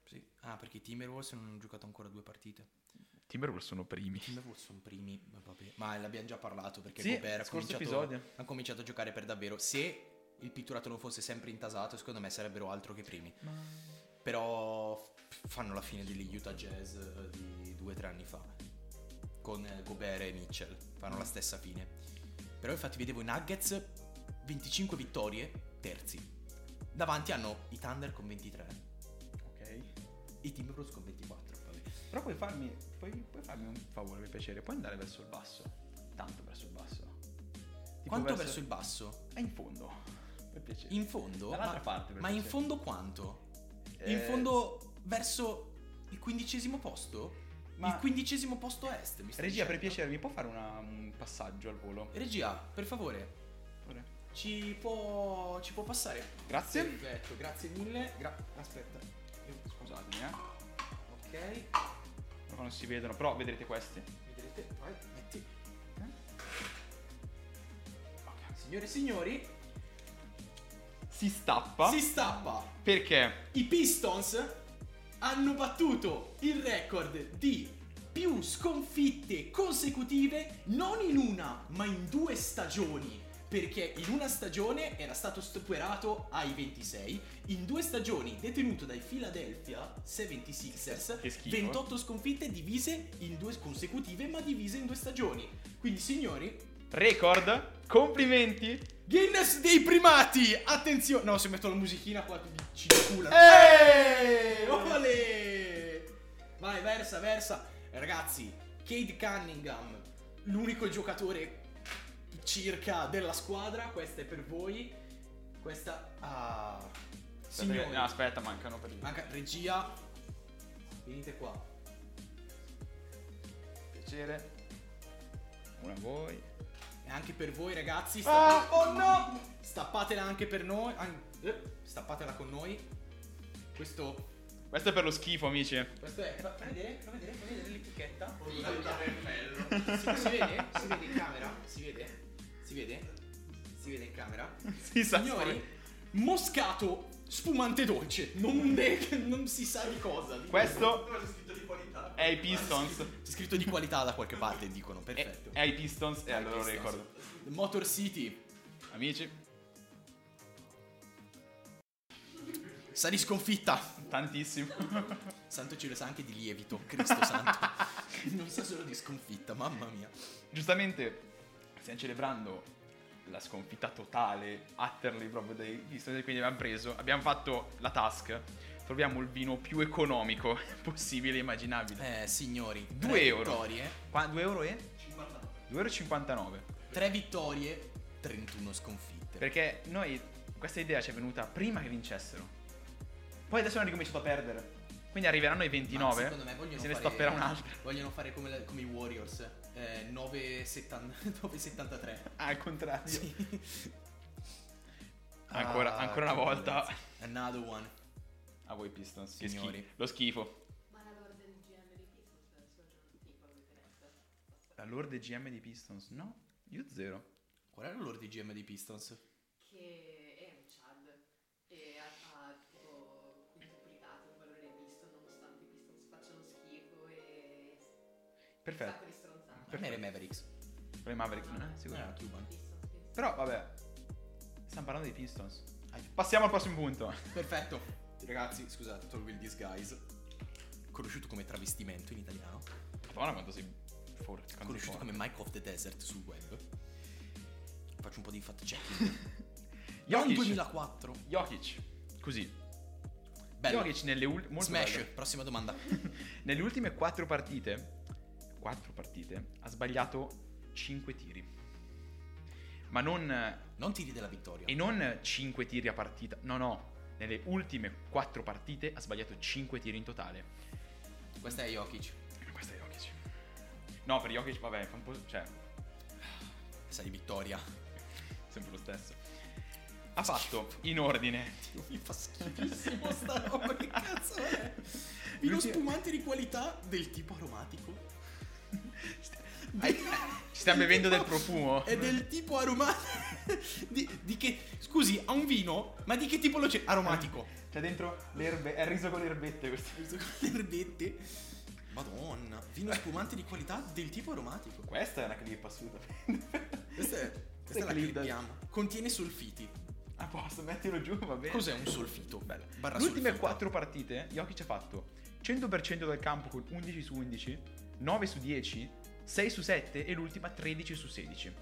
Sì. Ah, perché i Timberwolves non hanno giocato ancora due partite.
Timberwolves sono primi.
I Timberwolves sono primi, ma vabbè. Ma l'abbiamo già parlato perché
Sì,
Gobert ha
scorso
cominciato,
episodio.
ha cominciato a giocare per davvero. Se il pitturato non fosse sempre intasato, secondo me sarebbero altro che primi.
Ma...
Però f- fanno la fine degli Utah Jazz eh, di due o tre anni fa con eh, Gobert e Mitchell fanno la stessa fine però infatti vedevo i Nuggets 25 vittorie terzi davanti hanno i Thunder con 23
Ok.
i Timberwolves con 24 vabbè.
Però puoi farmi, puoi, puoi farmi un favore, per piacere. Puoi andare verso il basso. Tanto verso il basso. Tipo
quanto verso il basso?
Ah, in fondo. Per piacere.
in fondo?
Dall'altra
ma
parte, per
ma in
piacere.
fondo quanto? in
Eh,
fondo verso il quindicesimo posto?
Ma-
il quindicesimo posto est mi stai
Regia, per
dicendo?
piacere, mi può fare una- un passaggio al volo?
regia per favore Ci può, ci può passare?
Grazie.
Perfetto, grazie mille. Gra- aspetta.
Scusatemi, eh.
Ok,
Però non si vedono, però vedrete questi. Eh?
vedrete. Vai, metti.
Ok.
Signore e signori,
Si stappa.
si stappa.
Perché?
I Pistons hanno battuto il record di più sconfitte consecutive non in una, ma in due stagioni. Perché in una stagione era stato superato ai 26, in due stagioni detenuto dai Philadelphia 76ers,
Che schifo, eh.
28 sconfitte divise in due consecutive, ma divise in due stagioni. Quindi signori,
Record. Complimenti.
Guinness dei primati! Attenzione! No, se metto la musichina qua ci culano.
Eh, Eeeh!
Olè! Vai, versa, versa. Ragazzi, Cade Cunningham, l'unico giocatore circa della squadra, questa è per voi. Questa... Ah...
Aspetta che-
Signori,
no, aspetta, mancano per
manca regia. Venite qua.
piacere. Una a voi.
E anche per voi ragazzi.
Ah,
oh no! Stappatela anche per noi. an- eh, stappatela con noi. Questo
Questo è per lo schifo, amici.
Questo è. Fa fa vedere, fa vedere, fa vedere l'etichetta. Si, si vede? Si vede in camera? Si vede? Si vede? Si vede in camera?
si sa. Eh,
Signori, moscato spumante dolce. Non, de- non si sa di cosa. di-
Questo
Però c'è scritto di qualità.
è i Pistons.
C'è scritto di qualità da qualche parte, dicono.
È,
Perfetto.
è eh, i Pistons e
Dai,
al loro
Pistons.
record.
Motor City.
Amici,
Sali sconfitta.
tantissimo. [laughs]
Santo cielo sa anche di lievito. Cristo [laughs] santo. non sa solo di sconfitta, mamma mia.
Giustamente, stiamo celebrando la sconfitta totale, utterly proprio dei Pistons. e Quindi abbiamo preso, abbiamo fatto la task. Troviamo il vino più economico [laughs] possibile e immaginabile.
Eh, signori.
Due
tre
euro.
Vittorie.
Qua 2 euro e?
59.
2,59 euro.
3 vittorie, 31 sconfitte.
Perché noi questa idea ci è venuta prima che vincessero. Poi adesso hanno ricominciato a perdere. Quindi arriveranno ai
Ma
29.
secondo me vogliono
se ne
fare-
stopperà un'altra. [laughs]
Vogliono fare come, la- come i Warriors, eh, [laughs] 9,73.
Ah, al contrario.
Sì.
[laughs] Ancora,
Ah,
ancora una
che
volta.
bellezza. Another one.
A voi Pistons,
che schifo.
Lo schifo.
Ma la lord del GM di Pistons, eh, sono tipo lui che resta.
La Lord GM di Pistons, no? Io zero.
Qual era l'ora di GM dei Pistons? Ah,
Che è un Chad e ha, ha tipo duplicato il valore del Pistons nonostante i Pistons facciano schifo e un
Perfetto.
sacco di stronzate.
Per me era i Mavericks.
Per i Mavericks non è? Sicuro.
Era Cuban.
Pistons, Pistons.
Però vabbè. Stiamo parlando dei Pistons.
Ah,
Passiamo al prossimo punto.
Perfetto. Ragazzi, scusate, tolgo il disguise. Conosciuto come travestimento in italiano.
Madonna quanto sei forte. Quanto sei
conosciuto
forte.
come Mike of the Desert sul web. Faccio un po' di fact
[laughs]
checking. Non
Jokic.
2004.
Jokic. Così.
Bello.
Jokic nelle, ul- molto
Smash,
bello.
prossima domanda.
nelle ultime quattro partite. Quattro partite. Ha sbagliato 5 tiri. Ma non
Non tiri della vittoria.
E non 5 tiri a partita, no, no. Nelle ultime 4 partite ha sbagliato 5 tiri in totale.
Questa Eh, è Jokic.
Questo è Jokic. No, per Jokic, vabbè, fa un po'. cioè,
Questa è di
[laughs]
vittoria.
sempre lo stesso. Ha fatto in ordine.
Dio, mi fa
[laughs]
schifissimo sta roba. Che cazzo è? Vino
L'ultimo-
spumante di qualità del tipo aromatico.
Ai- eh, Ci stiamo bevendo del
Tipo-
profumo.
È del tipo aromatico. [laughs] Di, di che. Scusi, ha un vino? Ma di che tipo lo c'è? Aromatico.
C'è Cioè, dentro le erbe. È riso con le erbette questo.
Questo con le erbette. Madonna. Vino spumante di qualità del tipo aromatico.
Questa è una clip assurda. [laughs]
[laughs] Questa è. Questa la
clip da-
clippiamo. Contiene solfiti.
A posto, mettilo giù, va bene.
Cos'è un solfito?
Bello.
Barra
Le ultime
solfita.
4 partite, Jokic ha fatto 100% del campo con 11 su 11, 9 su 10, 6 su 7 e l'ultima 13 su 16.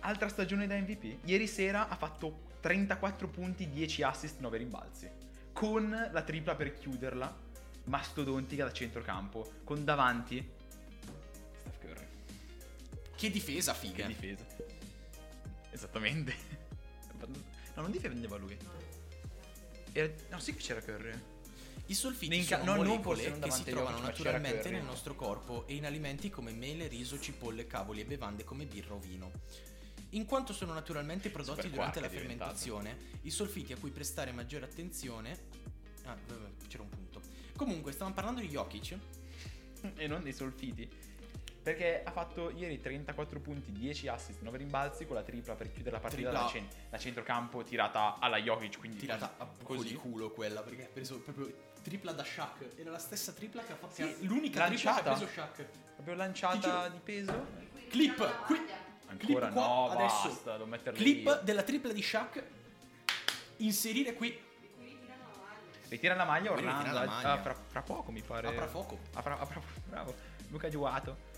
Altra stagione da MVP. Ieri sera ha fatto 34 punti, 10 assist, 9 rimbalzi. Con la tripla per chiuderla, mastodontica da centrocampo, con davanti Steph Curry.
Che difesa,
Che
figa.
difesa.
[laughs]
Esattamente. No, non difendeva lui. Era- No, sì che c'era Curry.
eh. I solfiti
Minchia,
sono
no, non
molecole
forse non
che si
davanti agli occhi,
trovano
ma c'era
naturalmente
Curry.
nel nostro corpo e in alimenti come mele, riso, cipolle, cavoli e bevande come birra o vino. In quanto sono naturalmente prodotti
Super
durante la
quark è diventato.
fermentazione, i solfiti a cui prestare maggiore attenzione... Ah, vabbè, c'era un punto. Comunque, stavamo parlando di Jokic.
Mm, E non dei solfiti. Perché ha fatto ieri 34 punti, 10 assist, 9 rimbalzi con la tripla per chiudere la partita
Tripla.
da, cen- da centrocampo tirata alla Jokic, quindi
Tirata a
così.
così culo quella, perché ha preso proprio tripla da Shaq. Era la stessa tripla che ha fatto...
Sì,
che ha- l'unica tripla che ha
lanciata.
preso Shaq.
Proprio
Ti giuro.
lanciata di peso.
Clip, qui-
Ancora
Clip qua,
no,
adesso.
basta, devo metterlo
Clip
lì.
della tripla di Shaq. Inserire qui
Ritira la maglia
Poi ritira
Orlando,
la maglia.
ah, fra, fra poco mi pare.
apra fuoco.
Ah, fra- ah, fra- bravo. Luca Giuato.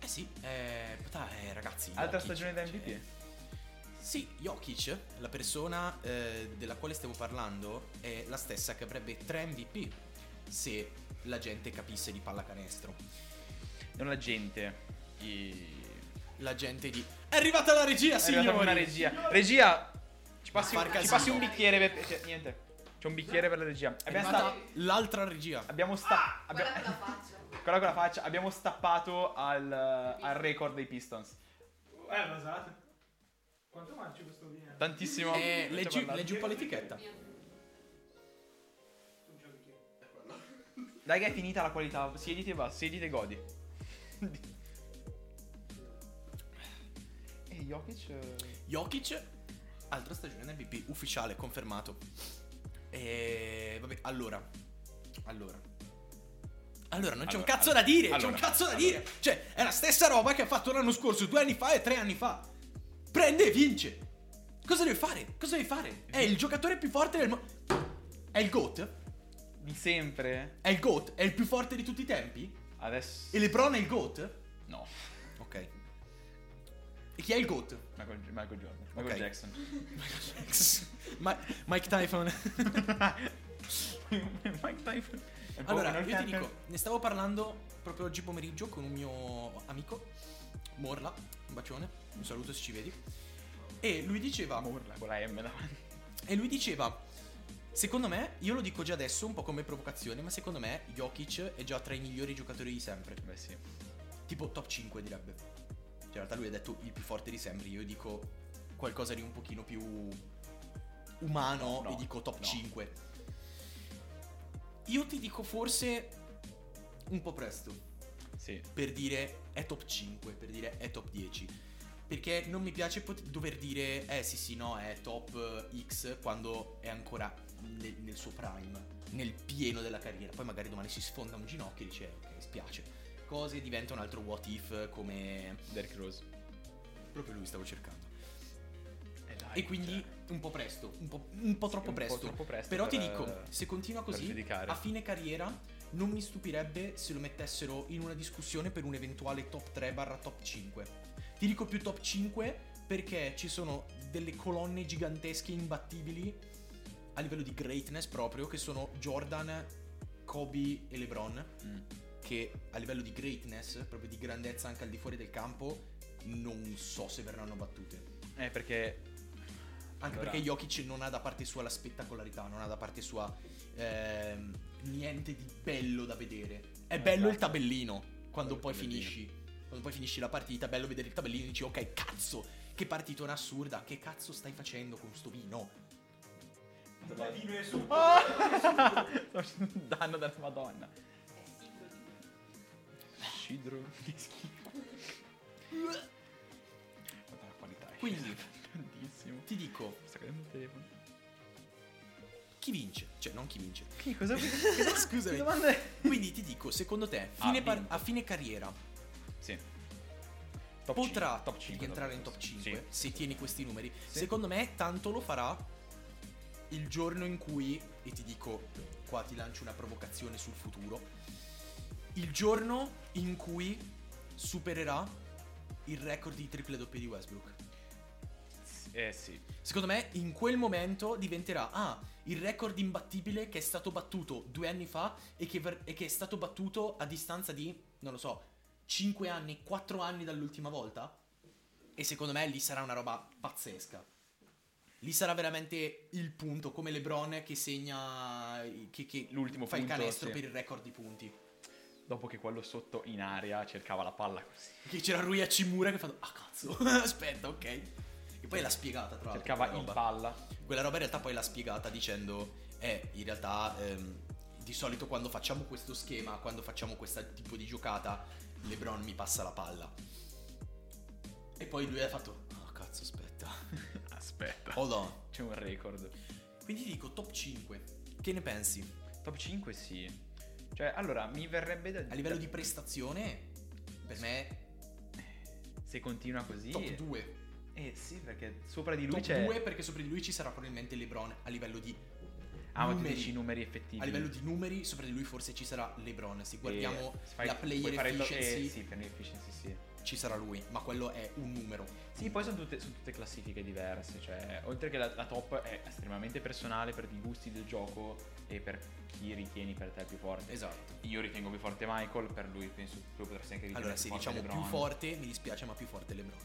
Eh sì, eh, puttà, eh, ragazzi.
Altra
Jokic,
stagione da
cioè-
MVP.
sì, Jokic, la persona eh, della quale stiamo parlando, è la stessa che avrebbe 3 MVP se la gente capisse di pallacanestro.
Non la gente. I...
La gente di... È arrivata la regia,
È arrivata
signori!
una regia. Regia, ci passi,
Far
ci
casino.
passi un bicchiere per... cioè, niente. C'è un bicchiere per la
È Eh,
regia.
Ah,
Abbiamo,
arrivata
sta-
l'altra regia.
abbiamo sta-
Guarda
abbia- [laughs]
quella faccia.
Quella con la faccia. Abbiamo stappato al, al record dei Pistons.
Eh, basate. Quanto mangi questo vino?
Tantissimo.
Eh,
Ci ho
leggi,
parlato.
leggi un po' l'etichetta.
Non c'è bicchiere.
Dai che è finita la qualità. Siediti e va, siediti e godi. [laughs] e Jokic... eh,
Jokic, altra stagione da MVP, ufficiale, confermato. E vabbè, allora. Allora. Allora, non c'è un
Allora,
cazzo da dire, c'è
allora,
un cazzo da
allora.
dire. Cioè, è la stessa roba che ha fatto l'anno scorso, due anni fa e tre anni fa. Prende e vince. Cosa devi fare? Cosa devi fare? È il giocatore più forte del mondo. È il GOAT?
Di sempre.
È il GOAT? È il più forte di tutti i tempi?
Adesso...
E LeBron è il GOAT?
No.
Ok. E chi è il GOAT?
Michael, Michael Jordan. Michael
Ok.
Jackson.
Ma- Mike Typhon.
Boh, [laughs] Mike Tyson. Boh,
Allora, io ti dico, ne stavo parlando proprio oggi pomeriggio con un mio amico, Morla, un bacione, un saluto se ci vedi. E lui diceva,
Morla con Boh, la M davanti.
e lui diceva, secondo me, io lo dico già adesso un po' come provocazione, ma secondo me Jokic è già tra i migliori giocatori di sempre.
Beh, sì.
Tipo top 5 direbbe. Cioè, in realtà lui ha detto il più forte di sempre, io dico qualcosa di un pochino più umano
No,
e dico top
no.
5. Io ti dico forse un po' presto.
Sì.
per dire è top 5, per dire è top 10. Perché non mi piace pot- dover dire eh sì sì no è top eh, X quando è ancora nel, nel suo prime, nel pieno della carriera. Poi magari domani si sfonda un ginocchio e dice eh, ok spiace. Cose diventa un altro what if come
Derrick Rose.
proprio lui stavo cercando.
Eh dai,
E quindi
cioè,
un po' presto, un po', un po'
è
troppo
un po'
presto.
troppo presto
Però ti
per-
dico, se continua
per
così,
giudicare.
a fine carriera non mi stupirebbe se lo mettessero in una discussione per un eventuale top 3 barra top 5. Ti dico più top 5 perché ci sono delle colonne gigantesche imbattibili a livello di greatness proprio che sono Jordan, Kobe e LeBron
Mm.
che a livello di greatness, proprio di grandezza anche al di fuori del campo, non so se verranno battute.
Eh, perché
Anche
Allora-
perché Jokic non ha da parte sua la spettacolarità, non ha da parte sua ehm, niente di bello da vedere. È
Eh,
bello
esatto.
il tabellino quando
Bello
poi
il tabellino.
finisci. Quando poi finisci la partita, è bello vedere il tabellino e dici ok, cazzo, che partitona assurda, che cazzo stai facendo con sto vino?
Un patino e su.
Sto facendo un Oh! [laughs] danno della madonna.
È singolo di
Scidro che schifo. Guarda la qualità. è
Quindi-
[laughs] tantissimo.
Ti dico,
Sta cadendo il telefono.
chi vince? Cioè, non chi vince. [laughs]
Che [laughs] cosa vuoi?
Scusami.
domanda è?
Quindi ti dico, secondo te, fine par-
vinto.
a fine carriera,
Sì. Top
potrà
cin- top 5,
rientrare in
dopo
top
questo.
5 se tieni questi numeri.
Sì.
Secondo me, tanto lo farà il giorno in cui, e ti dico, qua ti lancio una provocazione sul futuro, il giorno in cui supererà il record di triple doppie di Westbrook.
Sì. Eh sì.
Secondo me in quel momento diventerà ah, il record imbattibile che è stato battuto due anni fa e che, ver- e che è stato battuto a distanza di, non lo so, 5 anni, 4 anni dall'ultima volta. E secondo me lì sarà una roba pazzesca. Lì sarà veramente il punto, come LeBron che segna, che, che
L'ultimo
fa il
punto,
canestro
sì.
per il record di punti.
Dopo che quello sotto in aria cercava la palla così.
Che c'era Rui Hachimura che fa, ah cazzo, [laughs] aspetta, ok. E poi l'ha spiegata, tra l'altro.
Cercava
quella
in
roba.
palla.
Quella roba in realtà poi l'ha spiegata dicendo, eh, in realtà ehm, di solito quando facciamo questo schema, quando facciamo questo tipo di giocata, Lebron mi passa la palla. E poi lui ha fatto, ah cazzo aspetta,
[laughs] Aspetta.
hold on.
C'è un record.
Quindi ti dico top 5, che ne pensi?
Top 5 sì. Cioè, allora, mi verrebbe da
A livello di prestazione, per me
Se continua così...
top 2.
Eh sì, perché sopra di lui
Top
c'è...
2 perché sopra di lui ci sarà probabilmente Lebron a livello di...
Ah, ma tu
numeri.
dici i numeri effettivi.
A livello di numeri, sopra di lui forse ci sarà LeBron. Se guardiamo
Eh, se fai-
la
puoi
player
fare il to-
efficiency,
eh, sì, player efficiency sì.
ci sarà lui, ma quello è un numero.
Sì, poi sono tutte, sono tutte classifiche diverse, cioè oltre che la, la top è estremamente personale per i gusti del gioco e per chi ritieni per te più forte.
Esatto.
Io ritengo più forte Michael, per lui penso tu potresti anche
Allora,
ritenere più
se
forte
diciamo
LeBron.
più forte, mi dispiace, ma più forte LeBron.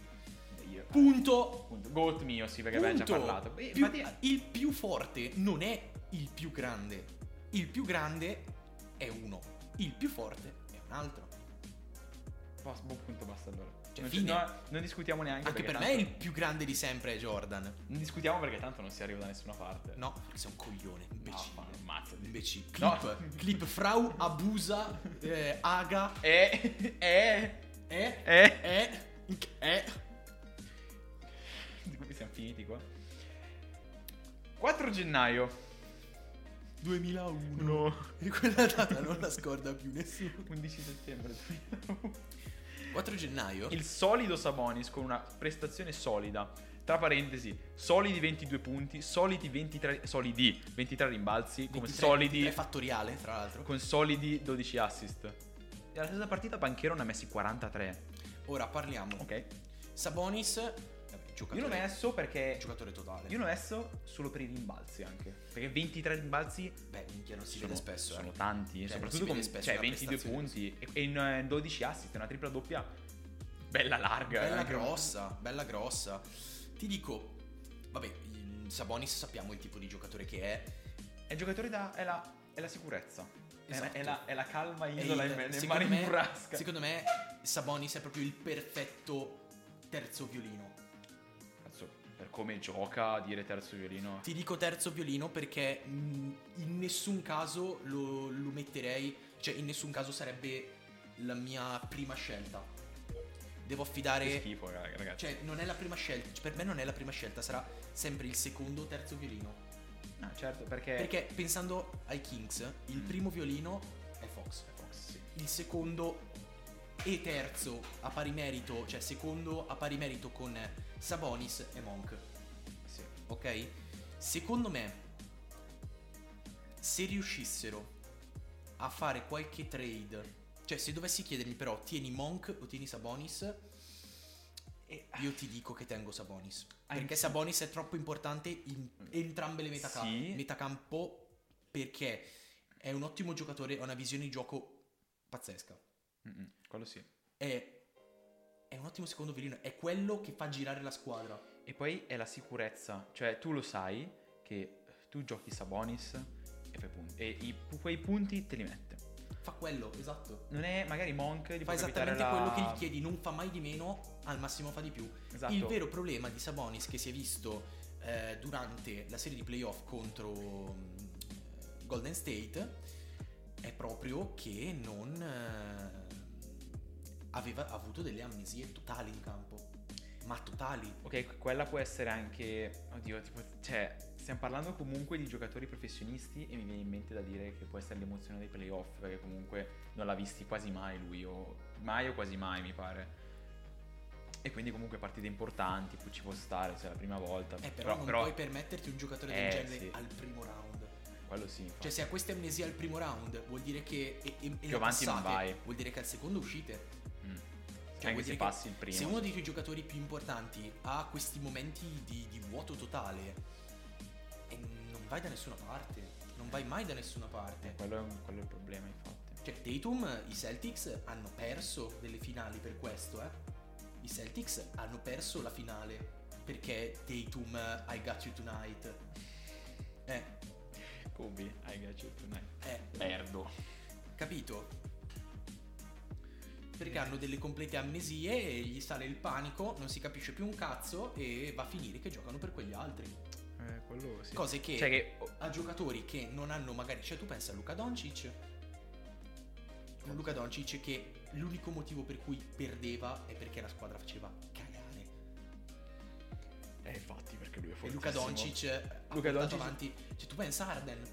Io-
Punto.
Punto. Goat mio, sì, perché abbiamo già
Punto.
parlato. Beh,
Più-
infatti-
Il più forte non è il più grande. Il più grande è uno. Il più forte è un altro.
Basta, boh, punto, basta allora.
Cioè,
non,
fine.
no, non discutiamo neanche.
Anche
perché
per me
tanto-
il più grande di sempre è Jordan.
Non discutiamo perché tanto non si arriva da nessuna parte.
No, perché sei un coglione, imbecille.
ma ammazza.
Invece
No.
Clip, Clip Frau, Abusa, eh, Aga,
Eh, [laughs] eh,
eh,
eh.
eh, eh.
Di cui siamo finiti qua. 4 gennaio.
2001.
[laughs]
E quella data non la scorda più nessuno.
11 settembre 2001.
[laughs] 4 gennaio?
Il solido Sabonis con una prestazione solida. Tra parentesi, solidi 22 punti, solidi 23, solidi 23 rimbalzi, come
23
solidi,
23 fattoriale, tra l'altro.
con solidi 12 assist. E alla stessa partita Banchero ne ha messi 43.
Ora parliamo.
Ok.
Sabonis, vabbè, giocatore,
Io l'ho messo perché...
giocatore totale.
Io l'ho messo solo per i rimbalzi anche. Perché 23 rimbalzi
Beh, minchia, non si
sono,
vede spesso.
sono
eh.
tanti,
Cioè,
soprattutto
si vede
con
spesso
cioè,
una
22
prestazione
punti e e in eh, 12 assist, una tripla doppia bella larga.
Bella
eh, anche-
grossa, bella grossa. Ti dico, vabbè, il Sabonis sappiamo il tipo di giocatore che è.
È giocatore da è la, è la sicurezza. È-
Esatto.
È, la, è la calma
È
isola
il-
in me- nel
secondo
mare in
me-
burrasca.
Secondo me Sabonis è proprio il perfetto terzo violino.
Cazzo, per come gioca dire terzo violino.
Ti dico terzo violino perché mm, mh, in nessun caso lo, lo metterei, cioè in nessun caso sarebbe la mia prima scelta. Devo
Che
affidare...
schifo, raga- ragazzi.
Cioè, non è la prima scelta. Per me non è la prima scelta, sarà sempre il secondo o terzo violino.
no, certo, perché...
Perché pensando ai Kings, il
Mm.
primo violino è Fox.
Fox, Oh, sì.
Il secondo e terzo a pari merito, cioè secondo a pari merito con Sabonis e Monk.
Sì.
Ok? Secondo me, se riuscissero a fare qualche trade, cioè se dovessi chiedermi però tieni Monk o tieni Sabonis,
E-
io ti dico che tengo Sabonis.
Ah, Mm.
Perché
in-
Sabonis è troppo importante in entrambe le metacampo.
Sì.
Metacampo perché è un ottimo giocatore, ha una visione di gioco pazzesca.
Mm-mm, quello sì.
È, è un ottimo secondo violino, è quello che fa girare la squadra.
E poi è la sicurezza, cioè tu lo sai che tu giochi Sabonis e fai punti. E i- quei punti te li mette.
Fa quello, esatto.
Non è magari Monk gli
Fa
può capitare
esattamente
la...
quello che gli chiedi, non fa mai di meno, al massimo fa di più.
Esatto.
Il vero problema di Sabonis che si è visto eh, durante la serie di playoff contro mh, Golden State è proprio che non eh, aveva avuto delle amnesie totali in campo. Ma totali.
Ok, quella può essere anche. Oddio, tipo. Cioè, stiamo parlando comunque di giocatori professionisti e mi viene in mente da dire che può essere l'emozione dei playoff, perché comunque non l'ha visti quasi mai lui, o mai o quasi mai, mi pare. E quindi comunque partite importanti, pu- ci può stare, se è la prima volta.
Eh, però non puoi permetterti un giocatore del
Eh,
genere
sì.
al primo round.
quello sì. infatti.
Cioè, se ha queste amnesie al primo round, vuol dire che. E, e- e
Più
le
avanti non
passate,
vai.
Vuol dire che al secondo uscite.
Mm.
Cioè, vuol dire
anche se
che
passi il primo.
Se uno dei tuoi giocatori più importanti ha questi momenti di, di vuoto totale e non vai da nessuna parte, non vai mai da nessuna
Eh,
parte.
quello, è un- quello è il problema, infatti.
Cioè, Tatum, i Celtics hanno perso delle finali per questo, eh. I Celtics hanno perso la finale perché Tatum eh, I got you tonight. Eh,
Kobe, I got you tonight.
eh,
Perdo.
capito? Perché hanno delle complete amnesie e gli sale il panico, non si capisce più un cazzo e va a finire che giocano per quegli altri.
Eh, quello sì.
Cose che,
Cioè che oh,
a giocatori che non hanno magari... Cioè tu pensa a Luca Doncic. Un Luca Doncic che l'unico motivo per cui perdeva è perché la squadra faceva cagare.
Eh, infatti, perché lui è
E Luca Doncic ha
Luca
portato
Doncic-
avanti... Cioè tu pensa a Arden.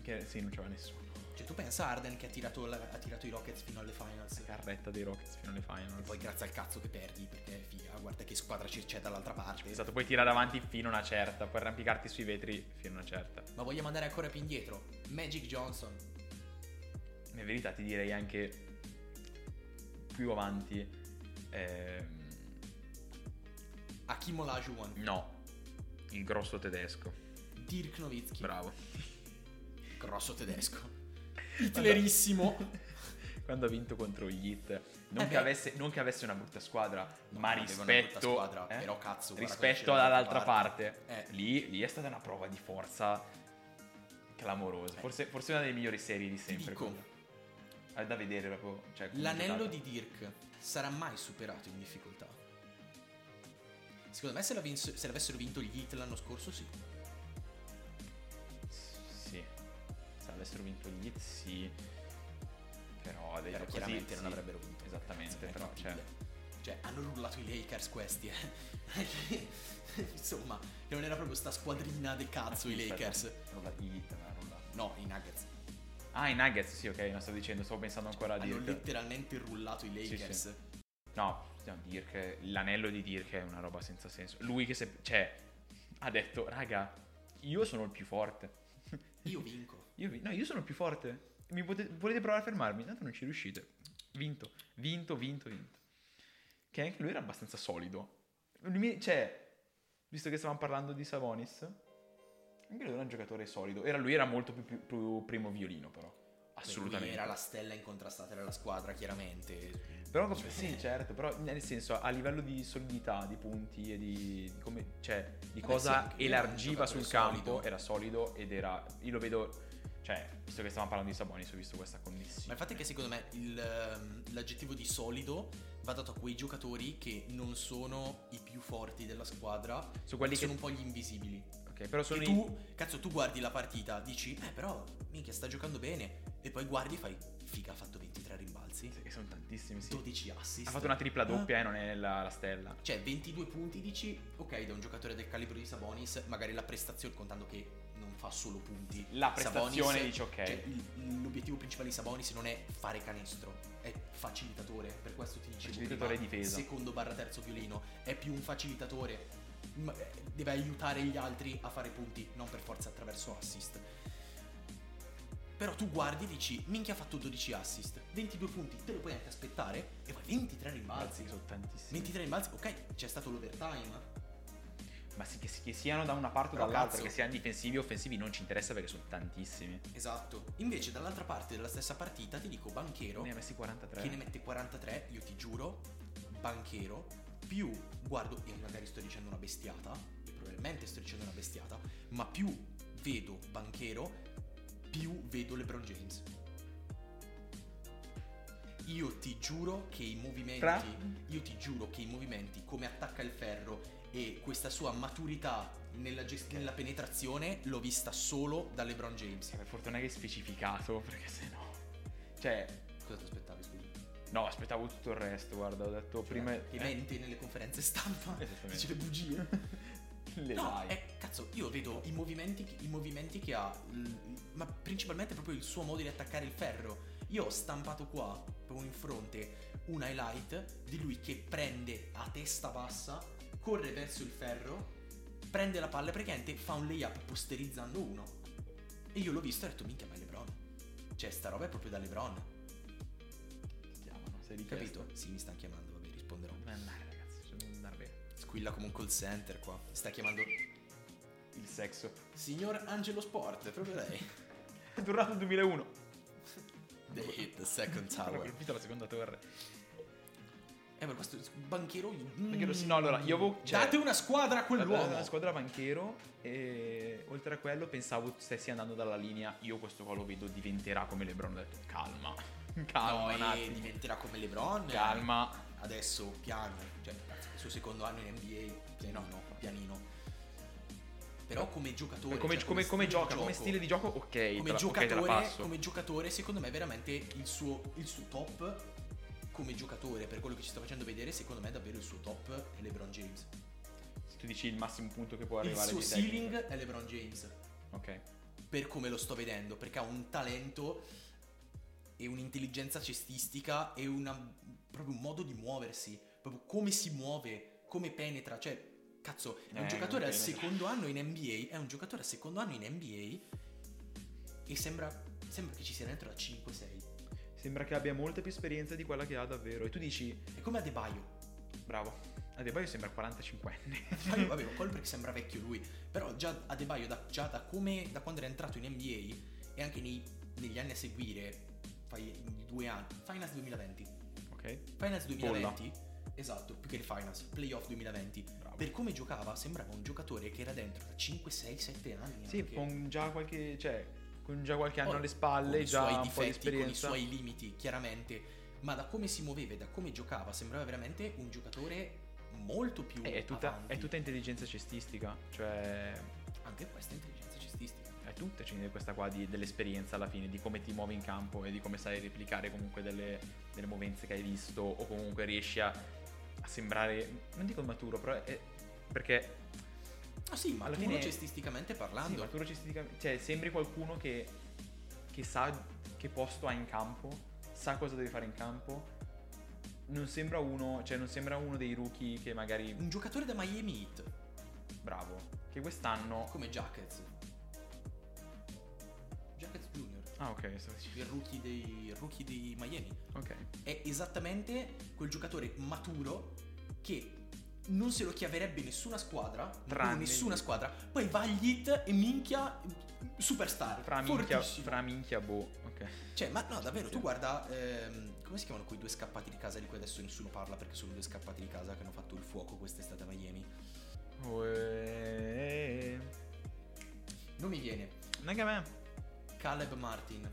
Che sì, non c'era nessuno.
Cioè tu pensa a Arden che ha tirato, la- ha tirato i Rockets fino alle finals.
La carretta dei Rockets fino alle
E
finals.
poi grazie al cazzo che perdi, perché figa, guarda che squadra c- c'è dall'altra parte.
Esatto, puoi tirare avanti fino a una certa, puoi arrampicarti sui vetri fino a una certa.
Ma vogliamo andare ancora più indietro. Magic Johnson.
In verità ti direi anche più avanti. ehm,
Hakim Olajuwon.
no, il grosso tedesco.
Dirk Nowitzki.
Bravo.
Grosso
[laughs]
tedesco. Hitlerissimo.
Quando ha vinto contro gli Heat, non,
Eh
che
beh.
avesse, non che avesse una brutta squadra,
No,
ma
aveva una brutta
rispetto,
squadra,
eh,
però cazzo, guarda cosa
rispetto
c'era dall'altra
all'altra parte,
Eh.
lì, lì è stata una prova di forza clamorosa.
Eh.
Forse, forse una delle migliori serie di sempre.
dico.
quella. È da vedere proprio. cioè, come
L'anello
giocata.
di Dirk sarà mai superato in difficoltà? Secondo me se, la vins- se l'avessero vinto gli Heat l'anno scorso sì.
Sì. Se avessero vinto gli Heat, sì. Però, ha dei
Però
giochi-
chiaramente
sì,
non
sì.
avrebbero vinto. Cazzo,
Esattamente,
non è
però, cioè,
fattibile. Cioè, hanno rullato i Lakers questi, eh. [laughs] Insomma, non era proprio sta squadrina del cazzo i
aspetta,
Lakers.
rolla- gli Heat, avevano rollato.
No, i Nuggets.
Ah, i Nuggets, sì, ok, non stavo dicendo, stavo pensando ancora a
Hanno
Dirk.
letteralmente rullato i
Sì,
Lakers.
No, no, Dirk, l'anello di Dirk è una roba senza senso. Lui che se, cioè, ha detto, raga, io sono il più forte. [laughs]
Io vinco.
Io vi- no, io sono il più forte. Mi pote- volete provare a fermarmi? Tanto non ci riuscite. Vinto, vinto, vinto, vinto. Che anche lui era abbastanza solido. Mi- Cioè, visto che stavamo parlando di Savonis, anche lui era un giocatore solido. Era, lui era molto più, più- più primo violino, però.
Lui
Assolutamente.
Era la stella incontrastata della squadra, chiaramente.
Però com- sì, certo, però nel senso a livello di solidità, di punti e di, di come, cioè, di
Vabbè, Eh sì,
cosa
anche lui era un
elargiva sul
giocatore
campo
solido.
era solido ed era io lo vedo cioè, visto che stavamo parlando di Sabonis, ho visto questa connessione.
Ma infatti è che secondo me il, ehm, l'aggettivo di solido va dato a quei giocatori che non sono i più forti della squadra,
su quelli che
sono un po' gli invisibili.
Ok, però sono
E
i-
tu, cazzo, tu guardi la partita, dici, eh però, minchia, sta giocando bene. E poi guardi e fai, figa, ha fatto 23 23 rimbalzi,
Sì, che sono tantissimi, sì.
12 assist.
Ha fatto una tripla doppia
Ah.
e non è la, la stella.
Cioè, 22 punti dici, ok, da un giocatore del calibro di Sabonis, magari la prestazione, contando che non fa solo punti.
La prestazione
Sabonis-
dice, ok.
cioè, l- l'obiettivo principale di Sabonis non è fare canestro, è facilitatore. Per questo ti dicevo
Facilitatore
prima,
e difesa.
secondo barra terzo violino, è più un facilitatore. ma- eh, Deve aiutare gli altri a fare punti, non per forza attraverso assist. Però tu guardi e dici, minchia ha fatto 12 assist, 22 punti, te lo puoi anche aspettare, e poi 23 rimbalzi.
Balzi, sono tantissimi.
23 rimbalzi, ok, c'è stato l'overtime.
Ma sì, che, si- che siano da una parte o
Però
dall'altra,
cazzo.
che siano difensivi o offensivi, non ci interessa perché sono tantissimi.
Esatto. Invece, dall'altra parte della stessa partita, ti dico banchero,
Ne ha messi 43.
chi ne mette 43, io ti giuro, banchero, più guardo, e magari sto dicendo una bestiata, e probabilmente sto dicendo una bestiata, ma più vedo banchero, più vedo LeBron James. Io ti giuro che i movimenti.
Fra?
Io ti giuro che i movimenti, come attacca il ferro e questa sua maturità nella, gest- nella penetrazione, l'ho vista solo da LeBron James.
Sì, Cioè, per fortuna che hai specificato, [laughs] perché sennò... Cioè,
Cosa ti aspettavi, scusi?
no, aspettavo tutto il resto, guarda, ho
Cioè,
detto prima...
Che
eh,
mente nelle conferenze stampa.
[laughs] Esattamente.
Dice le bugie.
[laughs]
[laughs]
Le
No,
dai.
eh, cazzo, io vedo i movimenti, che- i movimenti che ha, l- ma principalmente proprio il suo modo di attaccare il ferro. Io ho stampato qua, proprio in fronte, un highlight di lui che prende a testa bassa, corre verso il ferro, prende la palla e praticamente fa un layup posterizzando uno. E io l'ho visto e ho detto, minchia, ma è Lebron. Cioè, sta roba è proprio da Lebron.
Ti chiamano, sei di
eh, Capito?
testa.
Sì, mi sta chiamando, vabbè, risponderò.
Non andare, ragazzi, cioè, non andare bene.
Squilla come un call center qua. Mi sta chiamando
Il sesso.
Signor Angelo Sport, è proprio lei.
È durato il 2001.
Ah, They hit the second
Hanno
tower.
colpito la seconda torre.
Eh, ma questo banchero.
Banchero, sì, no, allora, io avevo- cioè-
Date una squadra a
Guarda,
quell'uomo.
La squadra banchero e oltre a quello pensavo stessi andando dalla linea, io questo qua lo vedo diventerà come Lebron, ho detto calma, calma
No, eh,
un
e
attimo,
diventerà come LeBron. eh.
calma.
Adesso piano. Cioè, cazzo, il suo secondo anno in NBA. Pianino, pianino. Però come giocatore.
come,
cioè,
come- come
stile di
gioca,
gioco,
come stile di gioco, ok,
come
te la, ok, te la
giocatore,
passo.
come giocatore, secondo me, è veramente il suo, il suo top come giocatore, per quello che ci sta facendo vedere, secondo me è davvero il suo top è LeBron James.
Se tu dici il massimo punto che può
Il
arrivare
suo
di tecnica.
ceiling è LeBron James.
Ok.
per come lo sto vedendo, perché ha un talento e un'intelligenza cestistica e una, proprio un modo di muoversi, proprio come si muove, come penetra, cioè cazzo, è un
Eh,
giocatore al
penetra.
secondo anno in NBA, è un giocatore al secondo anno in NBA e sembra, sembra che ci sia dentro da 5-6.
Sembra che abbia molta più esperienza di quella che ha davvero e tu dici
È come Adebayo.
bravo. Adebayo sembra
[laughs]
45enne. [laughs]
Adebayo, vabbè, lo colpo perché sembra vecchio lui, però già Adebayo da, già da come da quando era entrato in NBA e anche nei- negli anni a seguire, fai in due anni, Finals 2020.
ok?
Finals 2020, esatto, più che il Finals, Playoff 2020.
Bravo.
Per come giocava, sembrava un giocatore che era dentro da 5, 6, 7 anni.
Sì,
anche.
con già qualche cioè con già qualche anno
Poi,
alle
con
spalle,
i
già
suoi
un po' di
difetti,
esperienza.
Con i suoi limiti, chiaramente. Ma da come si muoveva e da come giocava, sembrava veramente un giocatore molto più.
Eh, È tutta,
avanti.
è tutta intelligenza cestistica, cioè
Anche questa è intelligenza cestistica.
è tutta c'è questa qua di- dell'esperienza alla fine, di come ti muovi in campo e di come sai replicare comunque delle, delle movenze che hai visto o comunque riesci a, a sembrare, non dico maturo, però è, perché
Ah, sì, ma
Alla
maturo
fine-
cestisticamente
sì,
parlando.
maturo cestisticamente, cioè sembri qualcuno che, che sa che posto ha in campo, sa cosa deve fare in campo, non sembra uno, cioè non sembra uno dei rookie che magari,
Un giocatore da Miami Heat,
bravo, che quest'anno...
come Jackets. Jackets Junior,
Ah ok, stavo dicendo-
il rookie dei, rookie dei Miami.
ok.
è esattamente quel giocatore maturo che non se lo chiaverebbe nessuna squadra, ma proprio
Tranne
nessuna
lui.
squadra. Poi va agli hit e minchia superstar,
Fra minchia,
fortissimo.
fra minchia boh. Ok.
Cioè, ma no, davvero, tu guarda ehm, come si chiamano quei due scappati di casa di cui adesso nessuno parla perché sono due scappati di casa che hanno fatto il fuoco quest'estate a Miami.
Oh, eh, Uè.
Non mi viene.
eh, Neanche a me.
Caleb Martin.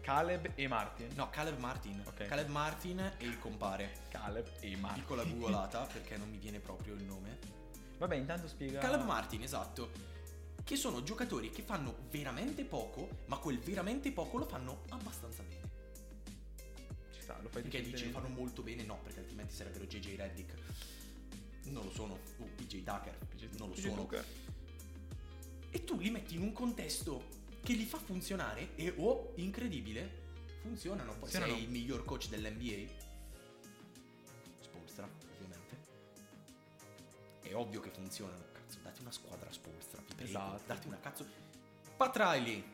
Caleb e Martin.
No, Caleb Martin.
Ok. Ah.
Caleb Martin e il compare.
Caleb e Martin. [laughs]
Piccola googolata perché non mi viene proprio il nome.
Vabbè, intanto spiega.
Caleb Martin, esatto. Che sono giocatori che fanno veramente poco, ma quel veramente poco lo fanno abbastanza bene.
sa, lo fai
Perché dici
decente-
fanno molto bene? No, perché altrimenti sarebbero JJ Reddick. Non lo sono. O PJ Tucker. non lo
Dici,
sono.
Luca,
E tu li metti in un contesto che li fa funzionare e oh, incredibile, funzionano. Poi
Funzionano.
sei il miglior coach dell'NBA. Spolstra, ovviamente. È ovvio che funzionano. Cazzo, date una squadra a Spolstra, vi prego.
Esatto.
Date una cazzo. Pat Riley,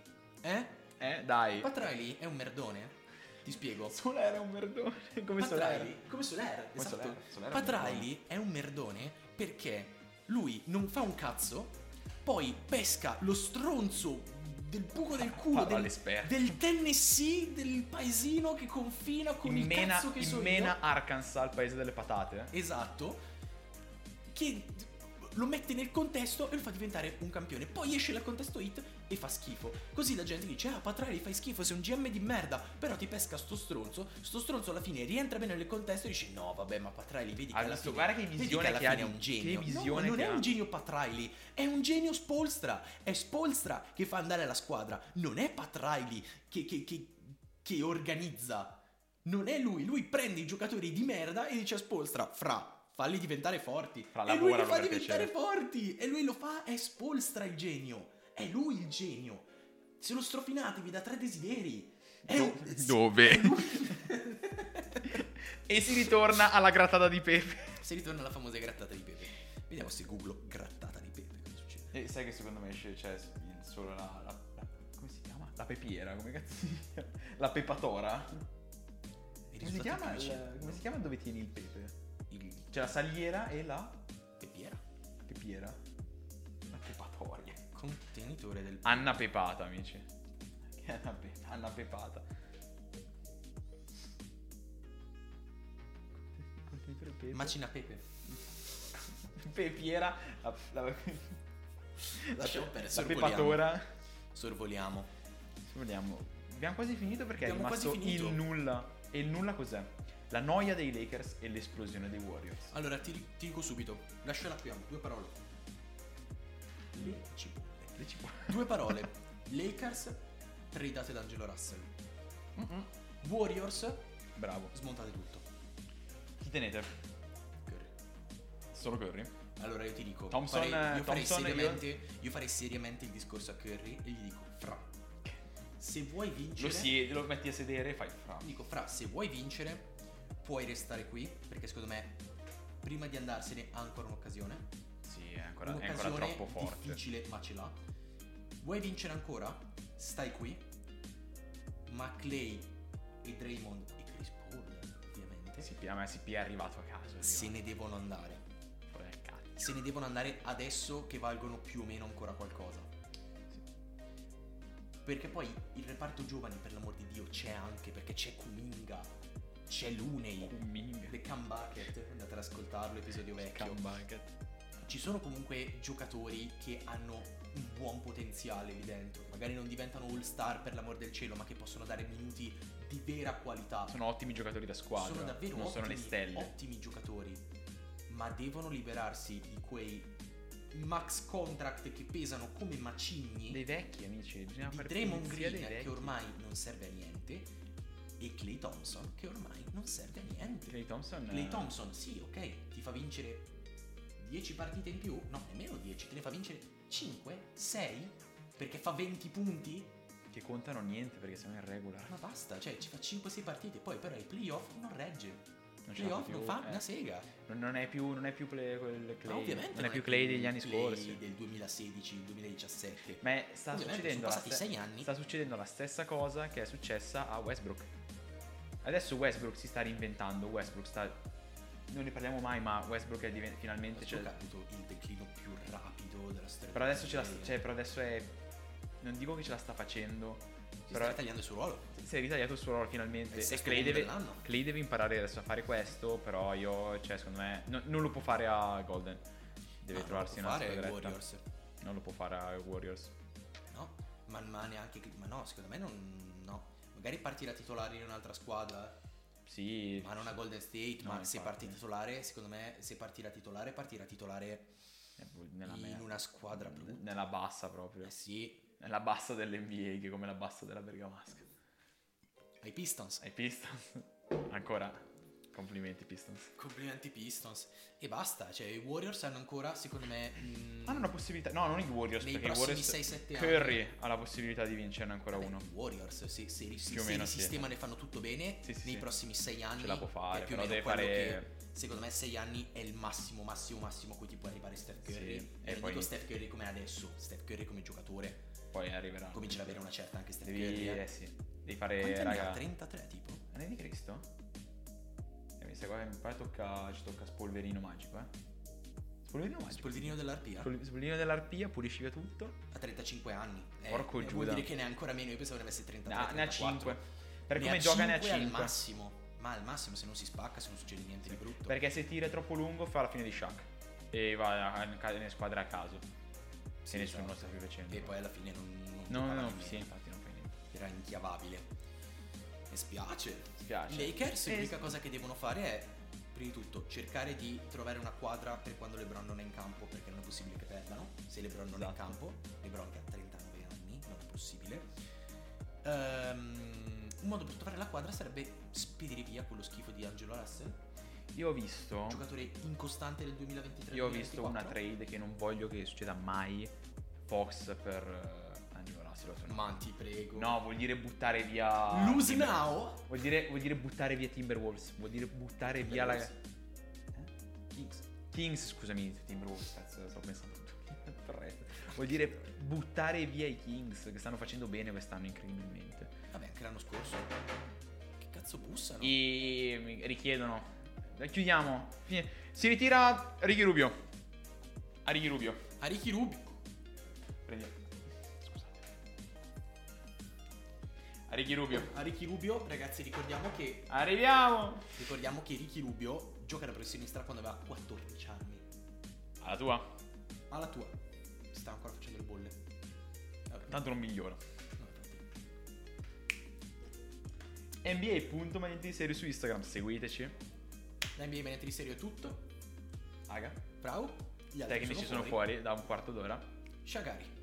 eh?
Eh, dai.
Pat Riley è un merdone. eh? Ti spiego.
Solera è un merdone. Come
Pat
Solera.
Riley- come Soler,
Come
esatto.
Solera, Solera è un
Pat
merdone.
Riley è un merdone perché lui non fa un cazzo, poi pesca lo stronzo del buco del culo
Parla
del,
all'esperto.
del Tennessee, del paesino che confina con il
Immena,
cazzo che sono
Immena Arkansas, il paese delle patate.
io. Esatto. Che lo mette nel contesto e lo fa diventare un campione. Poi esce dal contesto hit e fa schifo. Così la gente dice: Ah, Pat Riley fai schifo, sei un GM di merda. Però ti pesca sto stronzo. Sto stronzo alla fine rientra bene nel contesto e dice: No, vabbè, ma Pat Riley vedi che
Ha
alla
visto-
fine,
guarda che
vedi
visione
alla
che ha
fine è
di-
un genio.
che
No,
visione
ma non
che
è
ha.
un genio Pat Riley, è un genio Spolstra. È Spolstra che fa andare la squadra. Non è Pat Riley che- che- che- che organizza. Non è lui, lui prende i giocatori di merda e dice a Spolstra, fra, falli diventare forti.
Fra,
e lui li
lavoralo
fa
per
diventare
piacere.
forti. E lui lo fa, è Spolstra il genio. È lui il genio. Se lo strofinate vi dà tre desideri. È
Do- [laughs] dove? E si ritorna alla grattata di pepe.
si ritorna alla famosa grattata di pepe. Vediamo se googlo grattata di pepe. Cosa succede?
E sai che secondo me esce, cioè, solo la, la, la- Come si chiama? La pepiera, come cazzo si chiama? La pepatora?
I
Come si,
risultati
chiama
felici.
il- come si chiama dove tieni il pepe?
Il
C'è la saliera e la
pepiera.
pepiera. La pepatoria.
Contenitore del...
Anna pepata, amici. Che Anna, pe- Anna pepata. Contenitore pepe.
Macina pepe.
pepiera. La, la,
Lasciamo
la,
perdere,
la
sorvoliamo.
pepatora.
Sorvoliamo.
Vediamo. Abbiamo quasi finito perché
Abbiamo
è rimasto
quasi finito.
il nulla. E il nulla cos'è? La noia dei Lakers e l'esplosione dei Warriors.
Allora, ti, ti dico subito, lasciala qui, due parole. Le cipolle.
Le cipolle.
Due [laughs] parole. Lakers, tradate da Angelo Russell. Warriors,
Bravo.
smontate tutto.
Chi tenete?
Curry.
Solo Curry.
Allora io ti dico,
Thompson,
farei- io,
eh,
farei
Thompson e io-
seriamente, io farei seriamente il discorso a Curry e gli dico, fra, se vuoi
Lo,
vincere...
siedi, lo metti a sedere e fai fra.
Dico, fra, se vuoi vincere, puoi restare qui, perché secondo me, prima di andarsene, ha ancora un'occasione.
Sì, è ancora, è ancora
un'occasione
troppo forte.
difficile, ma ce l'ha. Vuoi vincere ancora? Stai qui. Ma Clay e Draymond e Chris Paul, ovviamente,
CP, a me CP è arrivato a caso. è
se
arrivato.
ne devono andare.
Fuori dal cazzo.
Se ne devono andare adesso che valgono più o meno ancora qualcosa. Perché poi il reparto giovani, per l'amor di Dio, c'è anche, perché c'è Kuminga, c'è Luney,
Kuminga.
The Cam Bucket, andate ad ascoltarlo, episodio vecchio.
Bucket.
ci sono comunque giocatori che hanno un buon potenziale lì dentro. Magari non diventano all star per l'amor del cielo, ma che possono dare minuti di vera qualità.
Sono ottimi giocatori da squadra.
Sono davvero
non
ottimi,
sono le stelle.
ottimi giocatori, ma devono liberarsi di quei max contract che pesano come macigni
Dei vecchi, amici. Bisogna
di
fare
Draymond
pulizia
Green eh,
dei vecchi.
che ormai non serve a niente e Clay Thompson che ormai non serve a niente.
Clay Thompson.
Clay
eh,
Thompson, sì, ok, ti fa vincere 10 partite in più? No, nemmeno 10, te ne fa vincere 5, 6, perché fa 20 punti?
Che contano niente perché siamo in regular.
Ma basta, cioè ci fa 5-6 partite, poi però i playoff non regge. I
ce la
playoff non fa
eh.
una sega.
Non- Non è più, non è più play- quel
Ma
Clay.
ovviamente
non è più Clay degli anni
Clay
scorsi.
del 2016, 2017.
Ma è- sta
Ovviamente
succedendo,
sono
la
passati
ste-
sei anni.
sta succedendo la stessa cosa che è successa a Westbrook. Adesso Westbrook si sta reinventando. Westbrook sta. Non ne parliamo mai, ma Westbrook è diven- finalmente.
Westbrook
Cioè,
ha avuto il declino più rapido della storia.
però adesso ce
della
la sta.
NBA.
Cioè, però adesso è. Non dico che ce la sta facendo.
Si
però
sta tagliando il suo ruolo.
si è ritagliato il suo ruolo finalmente.
È il
E
sesto
Clay
uomo
deve,
dell'anno.
Clay deve imparare adesso a fare questo. Però io, cioè, secondo me. no- non lo può fare a Golden. Deve
Ma
trovarsi
Ah, non lo può fare
una
ai
squadretta.
Warriors.
Non lo può fare a Warriors.
No, ma, ma neanche. Ma no, secondo me non. No. Magari partirà titolare in un'altra squadra,
Sì.
ma non a Golden State.
No,
ma se
infatti.
parti titolare, secondo me, se partirà titolare, partirà titolare
Eh, Nella
in
merda.
una squadra brutta.
Nella bassa proprio.
Eh sì,
Nella bassa dell'NBA che è come la bassa della Bergamasca.
ai Pistons.
Ai Pistons. [laughs] Ancora complimenti Pistons.
Complimenti Pistons. E basta, cioè i Warriors hanno ancora, secondo me... mm,
Hanno la possibilità, no, non i Warriors,
Nei
perché i
prossimi
Warriors
6-7 anni.
Curry ha la possibilità di vincerne ancora
Vabbè,
uno.
i Warriors, se, se, ri-
Più o
se
meno,
li
sì.
sistemano e fanno tutto bene,
Sì, sì,
nei
sì.
prossimi sei anni...
Ce la può fare,
è più o
però
meno
deve
quello
fare-
che- secondo me sei anni è il massimo, massimo, massimo a cui ti puoi arrivare Steph Curry.
Sì, e
E non
poi-
dico Steph Curry come adesso, Steph Curry come giocatore.
Poi arriverà.
Comincia ad avere una certa anche Steph Curry.
Devi,
eh.
eh sì, devi fare,
Quanti anni ha?
raga,
33 tipo?
anni di Cristo? E mi sa qua che mi pare tocca, ci tocca Spolverino Magico, eh. Spolverino Magico.
Spolverino dell'arpia?
Spol- Spolverino dell'arpia, pulisciva tutto.
Ha 35 anni. Eh,
Porco
eh, Vuol
Giuda.
dire che ne ha ancora meno, io pensavo ne avesse 33.
Ah, ne ha
34.
5. Per come gioca ne ha
5
5.
al massimo. Ma al massimo se non si spacca, se non succede niente di brutto.
Perché se tira troppo lungo fa la fine di Shaq. E va a- a- nelle squadre a caso.
Sì,
Se nessuno lo
esatto.
sta più facendo.
E poi alla fine non... non
No, no,
giocava
no,
nemmeno.
sì, infatti non fai niente.
Era inchiavabile. Mi spiace.
Spiace.
I Lakers
Eh,
l'unica cosa che devono fare è, prima di tutto, cercare di trovare una quadra per quando LeBron non è in campo, perché non è possibile che perdano. Se LeBron non è in
Esatto.
campo, LeBron che ha 39 anni, non è possibile. Ehm, un modo per trovare la quadra sarebbe spedire via quello schifo di Angelo Russell,
Io ho visto.
giocatore incostante del 2023.
Oh. Io ho visto una
2024.
trade che non voglio che succeda mai. Fox per eh, Angelo Russell. o se no.
Ma ti prego.
No, ah, vuol dire buttare via.
Lose
Timber-
now.
Vuol dire, vuol dire buttare via Timberwolves. Vuol dire buttare via la. Kings. Kings, scusami, Timberwolves, cazzo, sto pensando tutto. Torretto. Vuol dire buttare via i Kings che stanno facendo bene quest'anno incredibilmente.
Vabbè, anche l'anno scorso. Che cazzo bussano?
E mi richiedono. Eh, Chiudiamo. Fine. Si ritira Ricky Rubio. A Ricky Rubio.
A Ricky Rubio.
Prendi. Scusate. A Ricky Rubio.
A Ricky Rubio, ragazzi, ricordiamo che,
Arriviamo.
ricordiamo che Ricky Rubio gioca da per sinistra quando aveva 14 anni.
Alla tua.
Alla tua. Sta ancora facendo le bolle. Eh, Vabbè,
Tanto non migliora.
non è proprio.
NBA.magneti di serie su Instagram. Seguiteci.
La NBA Venetri Serio è tutto.
Raga.
Bravo. Gli altri
Tecnici sono fuori da un quarto d'ora.
Shagari.